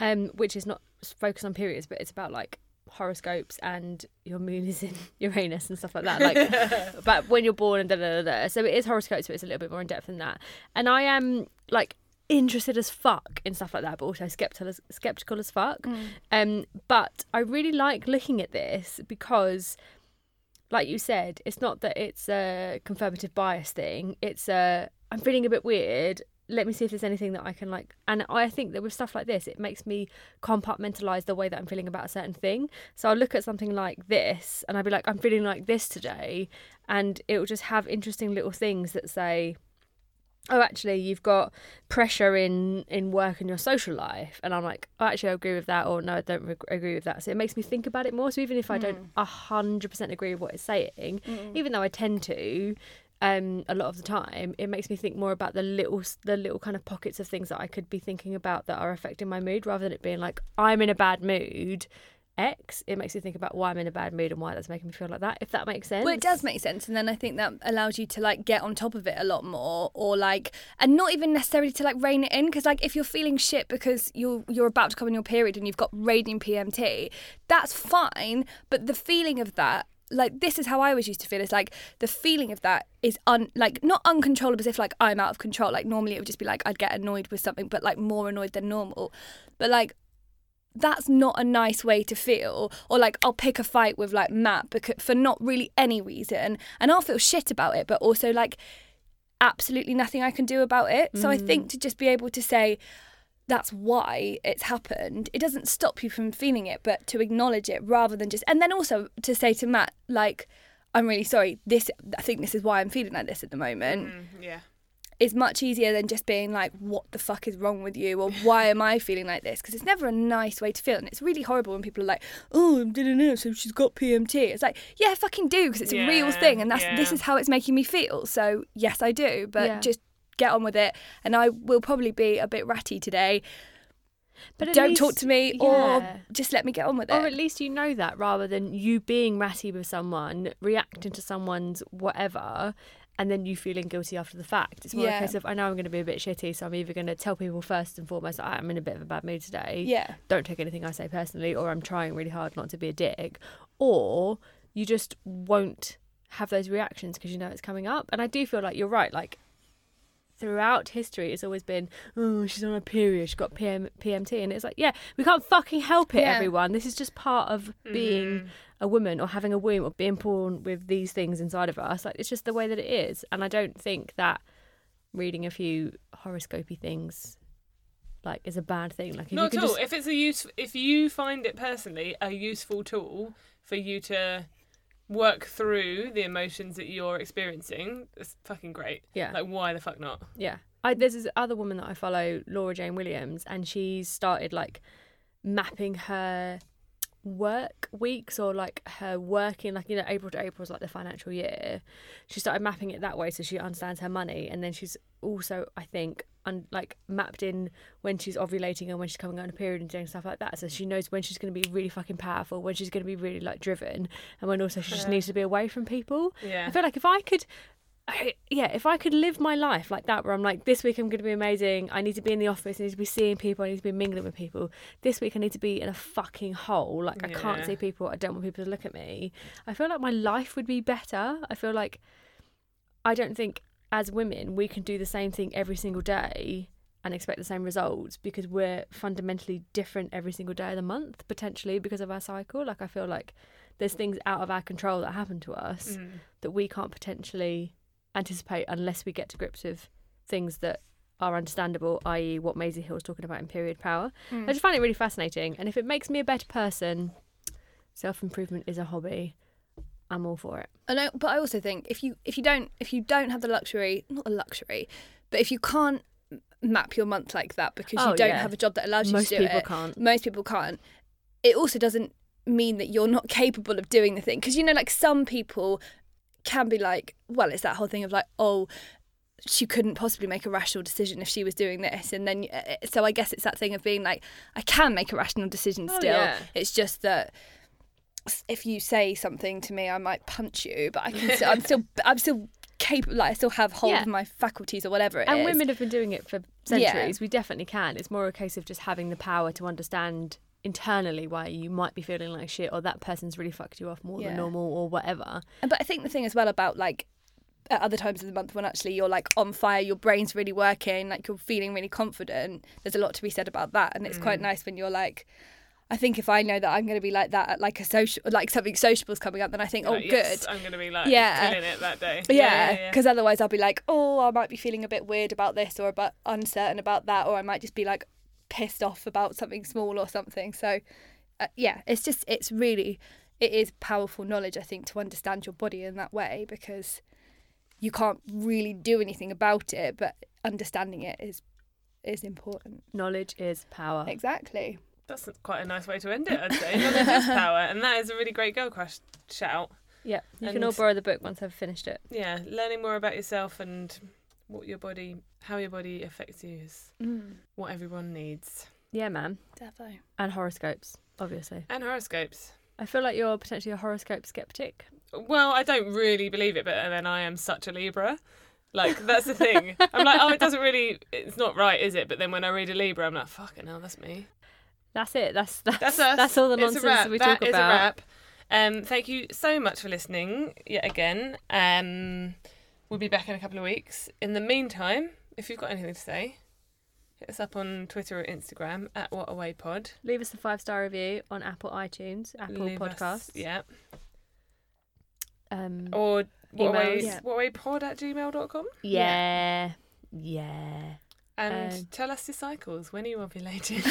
Speaker 3: um which is not focused on periods, but it's about like horoscopes and your moon is in Uranus and stuff like that. Like but when you're born and da da da da. So it is horoscopes, but it's a little bit more in depth than that. And I am like interested as fuck in stuff like that, but also skeptical as, skeptical as fuck. Um, but I really like looking at this because, like you said, it's not that it's a confirmative bias thing. It's a I'm feeling a bit weird. Let me see if there's anything that I can like. And I think that with stuff like this, it makes me compartmentalize the way that I'm feeling about a certain thing. So I'll look at something like this and I'll be like, I'm feeling like this today. And it will just have interesting little things that say, oh actually you've got pressure in in work and your social life and i'm like oh, actually i agree with that or no i don't reg- agree with that so it makes me think about it more so even if i don't 100% agree with what it's saying even though i tend to um a lot of the time it makes me think more about the little s- the little kind of pockets of things that i could be thinking about that are affecting my mood rather than it being like i'm in a bad mood x it makes me think about why i'm in a bad mood and why that's making me feel like that if that makes sense
Speaker 2: Well, it does make sense, and then I think that allows you to like get on top of it a lot more, or like, and not even necessarily to like rein it in, because like if you're feeling shit because you're you're about to come on your period and you've got raging PMT, that's fine. But the feeling of that, like this is how I always used to feel. It's like the feeling of that is un like not uncontrollable, as if like I'm out of control. Like normally it would just be like I'd get annoyed with something, but like more annoyed than normal. But like that's not a nice way to feel or like i'll pick a fight with like matt because, for not really any reason and i'll feel shit about it but also like absolutely nothing i can do about it so i think to just be able to say that's why it's happened it doesn't stop you from feeling it but to acknowledge it rather than just and then also to say to matt like i'm really sorry this i think this is why i'm feeling like this at the moment
Speaker 1: Mm, yeah.
Speaker 2: is much easier than just being like, what the fuck is wrong with you? Or why am I feeling like this? Because it's never a nice way to feel. And it's really horrible when people are like, oh, I didn't know, so she's got PMT. It's like, yeah, I fucking do, because it's a real
Speaker 1: Yeah,
Speaker 2: thing. And that's this
Speaker 1: yeah.
Speaker 2: is how it's making me feel. So, yes, I do. But
Speaker 3: Yeah.
Speaker 2: just get on with it. And I will probably be a bit ratty today.
Speaker 3: but at
Speaker 2: Don't
Speaker 3: least-
Speaker 2: talk to me
Speaker 3: yeah.
Speaker 2: or just let me get on with it.
Speaker 3: Or at least you know that rather than you being ratty with someone, reacting to someone's whatever, and then you feeling guilty after the fact. It's more
Speaker 2: Yeah.
Speaker 3: a case of, I know I'm going to be a bit shitty, so I'm either going to tell people first and foremost, "I- I'm in a bit of a bad mood today.
Speaker 2: yeah.
Speaker 3: Don't take anything I say personally, or I'm trying really hard not to be a dick. Or you just won't have those reactions because you know it's coming up. And I do feel like you're right. Like, Throughout history, it's always been, oh, she's on a period, she's got PM- PMT. And it's like, yeah, we can't fucking help it,
Speaker 2: Yeah.
Speaker 3: everyone everyone. This is just part of being a woman or having a womb or being born with these things inside of us. Like it's just the way that it is. And I don't think that reading a few horoscopy things like is a bad thing. Like if you
Speaker 1: Not
Speaker 3: could
Speaker 1: at all.
Speaker 3: just
Speaker 1: If it's a use, if you find it personally a useful tool for you to work through the emotions that you're experiencing, it's fucking great.
Speaker 3: Yeah.
Speaker 1: Like, why the fuck not?
Speaker 3: Yeah. I, there's this other woman that I follow, Laura Jane Williams, and she's started like mapping her work weeks or like her working, like, you know, April to April is like the financial year. She started mapping it that way so she understands her money. And then she's also, I think, un- like mapped in when she's ovulating and when she's coming on a period and doing stuff like that. So she knows when she's going to be really fucking powerful, when she's going to be really like driven, and when also she just needs to be away from people.
Speaker 1: Yeah.
Speaker 3: I feel like if I could I, yeah, if I could live my life like that, where I'm like, this week I'm going to be amazing. I need to be in the office. I need to be seeing people. I need to be mingling with people. This week I need to be in a fucking hole. Like I
Speaker 1: Yeah.
Speaker 3: can't see people. I don't want people to look at me. I feel like my life would be better. I feel like I don't think as women we can do the same thing every single day and expect the same results because we're fundamentally different every single day of the month potentially because of our cycle. Like I feel like there's things out of our control that happen to us
Speaker 1: Mm.
Speaker 3: that we can't potentially anticipate unless we get to grips with things that are understandable, i.e., what Maisie Hill's talking about in period power.
Speaker 2: Hmm.
Speaker 3: I just find it really fascinating. And if it makes me a better person, self improvement is a hobby. I'm all for it.
Speaker 2: And I, but I also think if you if you don't if you don't have the luxury, not a luxury, but if you can't m- map your month like that because
Speaker 3: Oh,
Speaker 2: you don't
Speaker 3: yeah.
Speaker 2: have a job that allows you
Speaker 3: Most
Speaker 2: to do
Speaker 3: people
Speaker 2: it,
Speaker 3: can't.
Speaker 2: most people can't. It also doesn't mean that you're not capable of doing the thing because you know, like some people can be like, well, it's that whole thing of like, oh, she couldn't possibly make a rational decision if she was doing this, and then uh, so I guess it's that thing of being like, I can make a rational decision
Speaker 3: Oh,
Speaker 2: still.
Speaker 3: yeah.
Speaker 2: It's just that s- if you say something to me, I might punch you, but I can. Still, I'm still, I'm still capable. Like I still have hold
Speaker 3: Yeah.
Speaker 2: of my faculties or whatever it is.
Speaker 3: And women have been doing it for
Speaker 2: Yeah.
Speaker 3: centuries. We definitely can. It's more a case of just having the power to understand internally why you might be feeling like shit or that person's really fucked you off more
Speaker 2: Yeah.
Speaker 3: than normal or whatever.
Speaker 2: And- But I think the thing as well about like at other times of the month when actually you're like on fire, your brain's really working, like you're feeling really confident. There's a lot to be said about that, and it's
Speaker 1: Mm.
Speaker 2: quite nice when you're like. I think if I know that I'm going to be like that at like a social, like something sociable's coming up, then I think, oh,
Speaker 1: Like, yes,
Speaker 2: good.
Speaker 1: I'm going to be like
Speaker 2: Yeah.
Speaker 1: killing it that day.
Speaker 2: Yeah, because otherwise I'll be like, oh, I might be feeling a bit weird about this or about uncertain about that, or I might just be like pissed off about something small or something. So, uh, yeah, it's just it's really it is powerful knowledge I think to understand your body in that way because you can't really do anything about it, but understanding it is is important.
Speaker 3: Knowledge is power.
Speaker 2: Exactly.
Speaker 1: That's quite a nice way to end it, I'd say. Knowledge is power. And that is a really great girl crush shout.
Speaker 3: Yeah. You can
Speaker 1: And-
Speaker 3: all borrow the book once I've finished it.
Speaker 1: Yeah, learning more about yourself and what your body, how your body affects you is
Speaker 2: Mm,
Speaker 1: what everyone needs.
Speaker 3: Yeah, man.
Speaker 2: Devo.
Speaker 3: And horoscopes, obviously.
Speaker 1: And horoscopes.
Speaker 3: I feel like you're potentially a horoscope skeptic.
Speaker 1: Well, I don't really believe it, but then I am such a Libra. Like, that's the thing. I'm like, oh, it doesn't really, it's not right, is it? But then when I read a Libra, I'm like, fucking hell, that's me.
Speaker 3: That's it. That's that's
Speaker 1: That's
Speaker 3: that's,
Speaker 1: us.
Speaker 3: all the
Speaker 1: It's a
Speaker 3: nonsense
Speaker 1: wrap.
Speaker 3: that we
Speaker 1: That
Speaker 3: talk
Speaker 1: is
Speaker 3: about.
Speaker 1: a wrap. Um, thank you so much for listening yet again. Um, we'll be back in a couple of weeks. In the meantime, if you've got anything to say, hit us up on Twitter or Instagram at What Away Pod.
Speaker 3: Leave us a five star review on Apple iTunes, Apple
Speaker 1: Leave us-
Speaker 3: Podcasts.
Speaker 1: yeah. Oh,
Speaker 3: Um,
Speaker 1: Or what away,
Speaker 3: Emails.
Speaker 2: Yeah.
Speaker 1: what away pod at gmail.com.
Speaker 3: yeah. Yeah.
Speaker 1: And
Speaker 3: Um,
Speaker 1: tell us your cycles. When are you ovulating?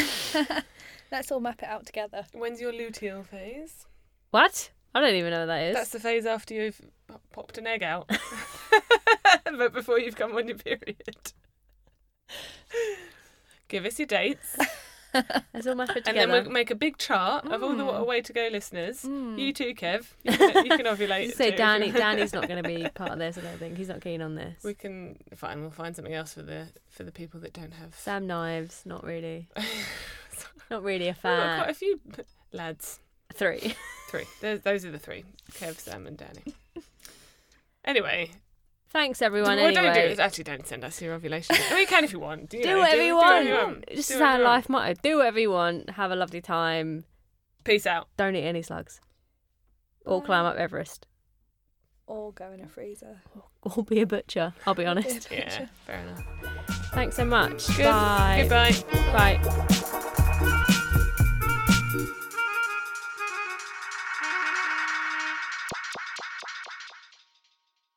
Speaker 2: Let's all map it out together.
Speaker 1: When's your luteal phase?
Speaker 3: What? I don't even know what that is.
Speaker 1: That's the phase after you've popped an egg out, but before you've come on your period. Give us your dates,
Speaker 3: Let's all map it
Speaker 1: and
Speaker 3: together. Mm.
Speaker 1: then we'll make a big chart of all the What a Way to Go listeners.
Speaker 2: Mm.
Speaker 1: You too, Kev. You can, you can ovulate.
Speaker 3: You say
Speaker 1: too.
Speaker 3: Danny. Danny's not going to be part of this. I don't think he's not keen on this.
Speaker 1: We can fine. We'll find something else for the for the people that don't have.
Speaker 3: Sam Knives, not really,
Speaker 1: We've
Speaker 3: not really a
Speaker 1: got quite
Speaker 3: fan.
Speaker 1: a few lads.
Speaker 3: Three.
Speaker 1: Three. Those, those are the three: Kev, Sam, and Danny. Anyway,
Speaker 3: Thanks everyone.
Speaker 1: well,
Speaker 3: anyway,
Speaker 1: don't do it. Actually, don't send us your ovulation. I mean, you can if you want. You
Speaker 3: Do
Speaker 1: know,
Speaker 3: whatever
Speaker 1: do,
Speaker 3: you
Speaker 1: do whatever
Speaker 3: want.
Speaker 1: want.
Speaker 3: Just
Speaker 1: Do
Speaker 3: as
Speaker 1: whatever
Speaker 3: our
Speaker 1: you want.
Speaker 3: life motto. Do whatever you want. Have a lovely time.
Speaker 1: Peace out.
Speaker 3: Don't eat any slugs. Or climb up Everest.
Speaker 2: Or go in a freezer.
Speaker 3: Or be a butcher. I'll be honest.
Speaker 1: Yeah, fair enough.
Speaker 3: Thanks so much.
Speaker 1: Good.
Speaker 3: Bye.
Speaker 1: Goodbye.
Speaker 3: Bye.